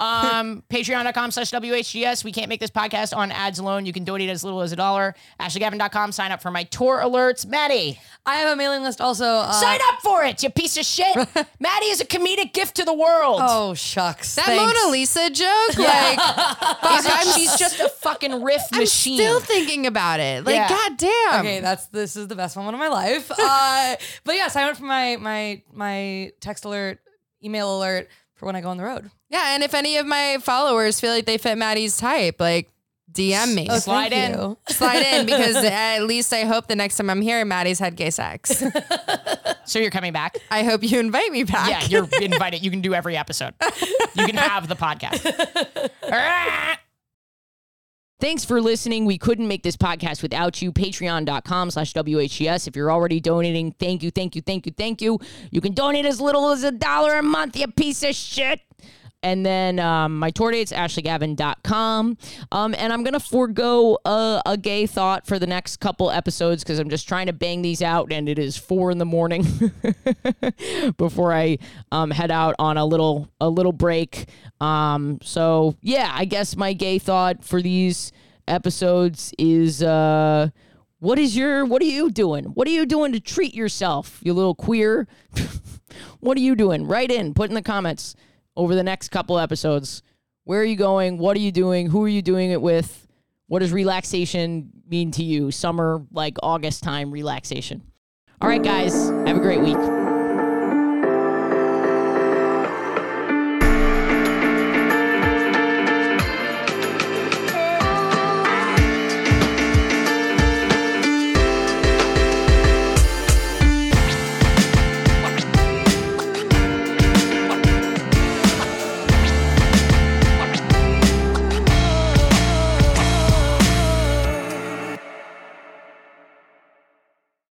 Um, Patreon.com slash WHGS. We can't make this podcast on ads alone. You can donate as little as a dollar. AshleyGavin.com. Sign up for my tour alerts. Maddie,
I have a mailing list also. Uh,
sign up for it, you piece of shit. Maddie is a comedic gift to the world.
Oh shucks.
That
Thanks.
Mona Lisa joke, like, fuck, I'm
She's just a fucking riff machine.
Still thinking about it. Like,
Yeah.
goddamn.
Okay, that's this is the best moment of my life. Uh, but yes, I went for my my my text alert, email alert for when I go on the road.
Yeah, and if any of my followers feel like they fit Maddie's type, like, DM me.
Oh, Slide in.
Slide in because at least I hope the next time I'm here, Maddie's had gay sex.
So you're coming back?
I hope you invite me back.
Yeah, you're invited. You can do every episode. You can have the podcast. Thanks for listening. We couldn't make this podcast without you. Patreon.com slash WHES. If you're already donating, thank you, thank you, thank you, thank you. You can donate as little as a dollar a month, you piece of shit. And then um, my tour dates, ashleygavin.com. Um, and I'm going to forego a, a gay thought for the next couple episodes because I'm just trying to bang these out. And it is four in the morning before I um, head out on a little a little break. Um, so, yeah, I guess my gay thought for these episodes is uh, what is your, what are you doing? What are you doing to treat yourself, you little queer? what are you doing? Write in, put in the comments over the next couple episodes. Where are you going? What are you doing? Who are you doing it with? What does relaxation mean to you? Summer, like August time relaxation. All right, guys, have a great week.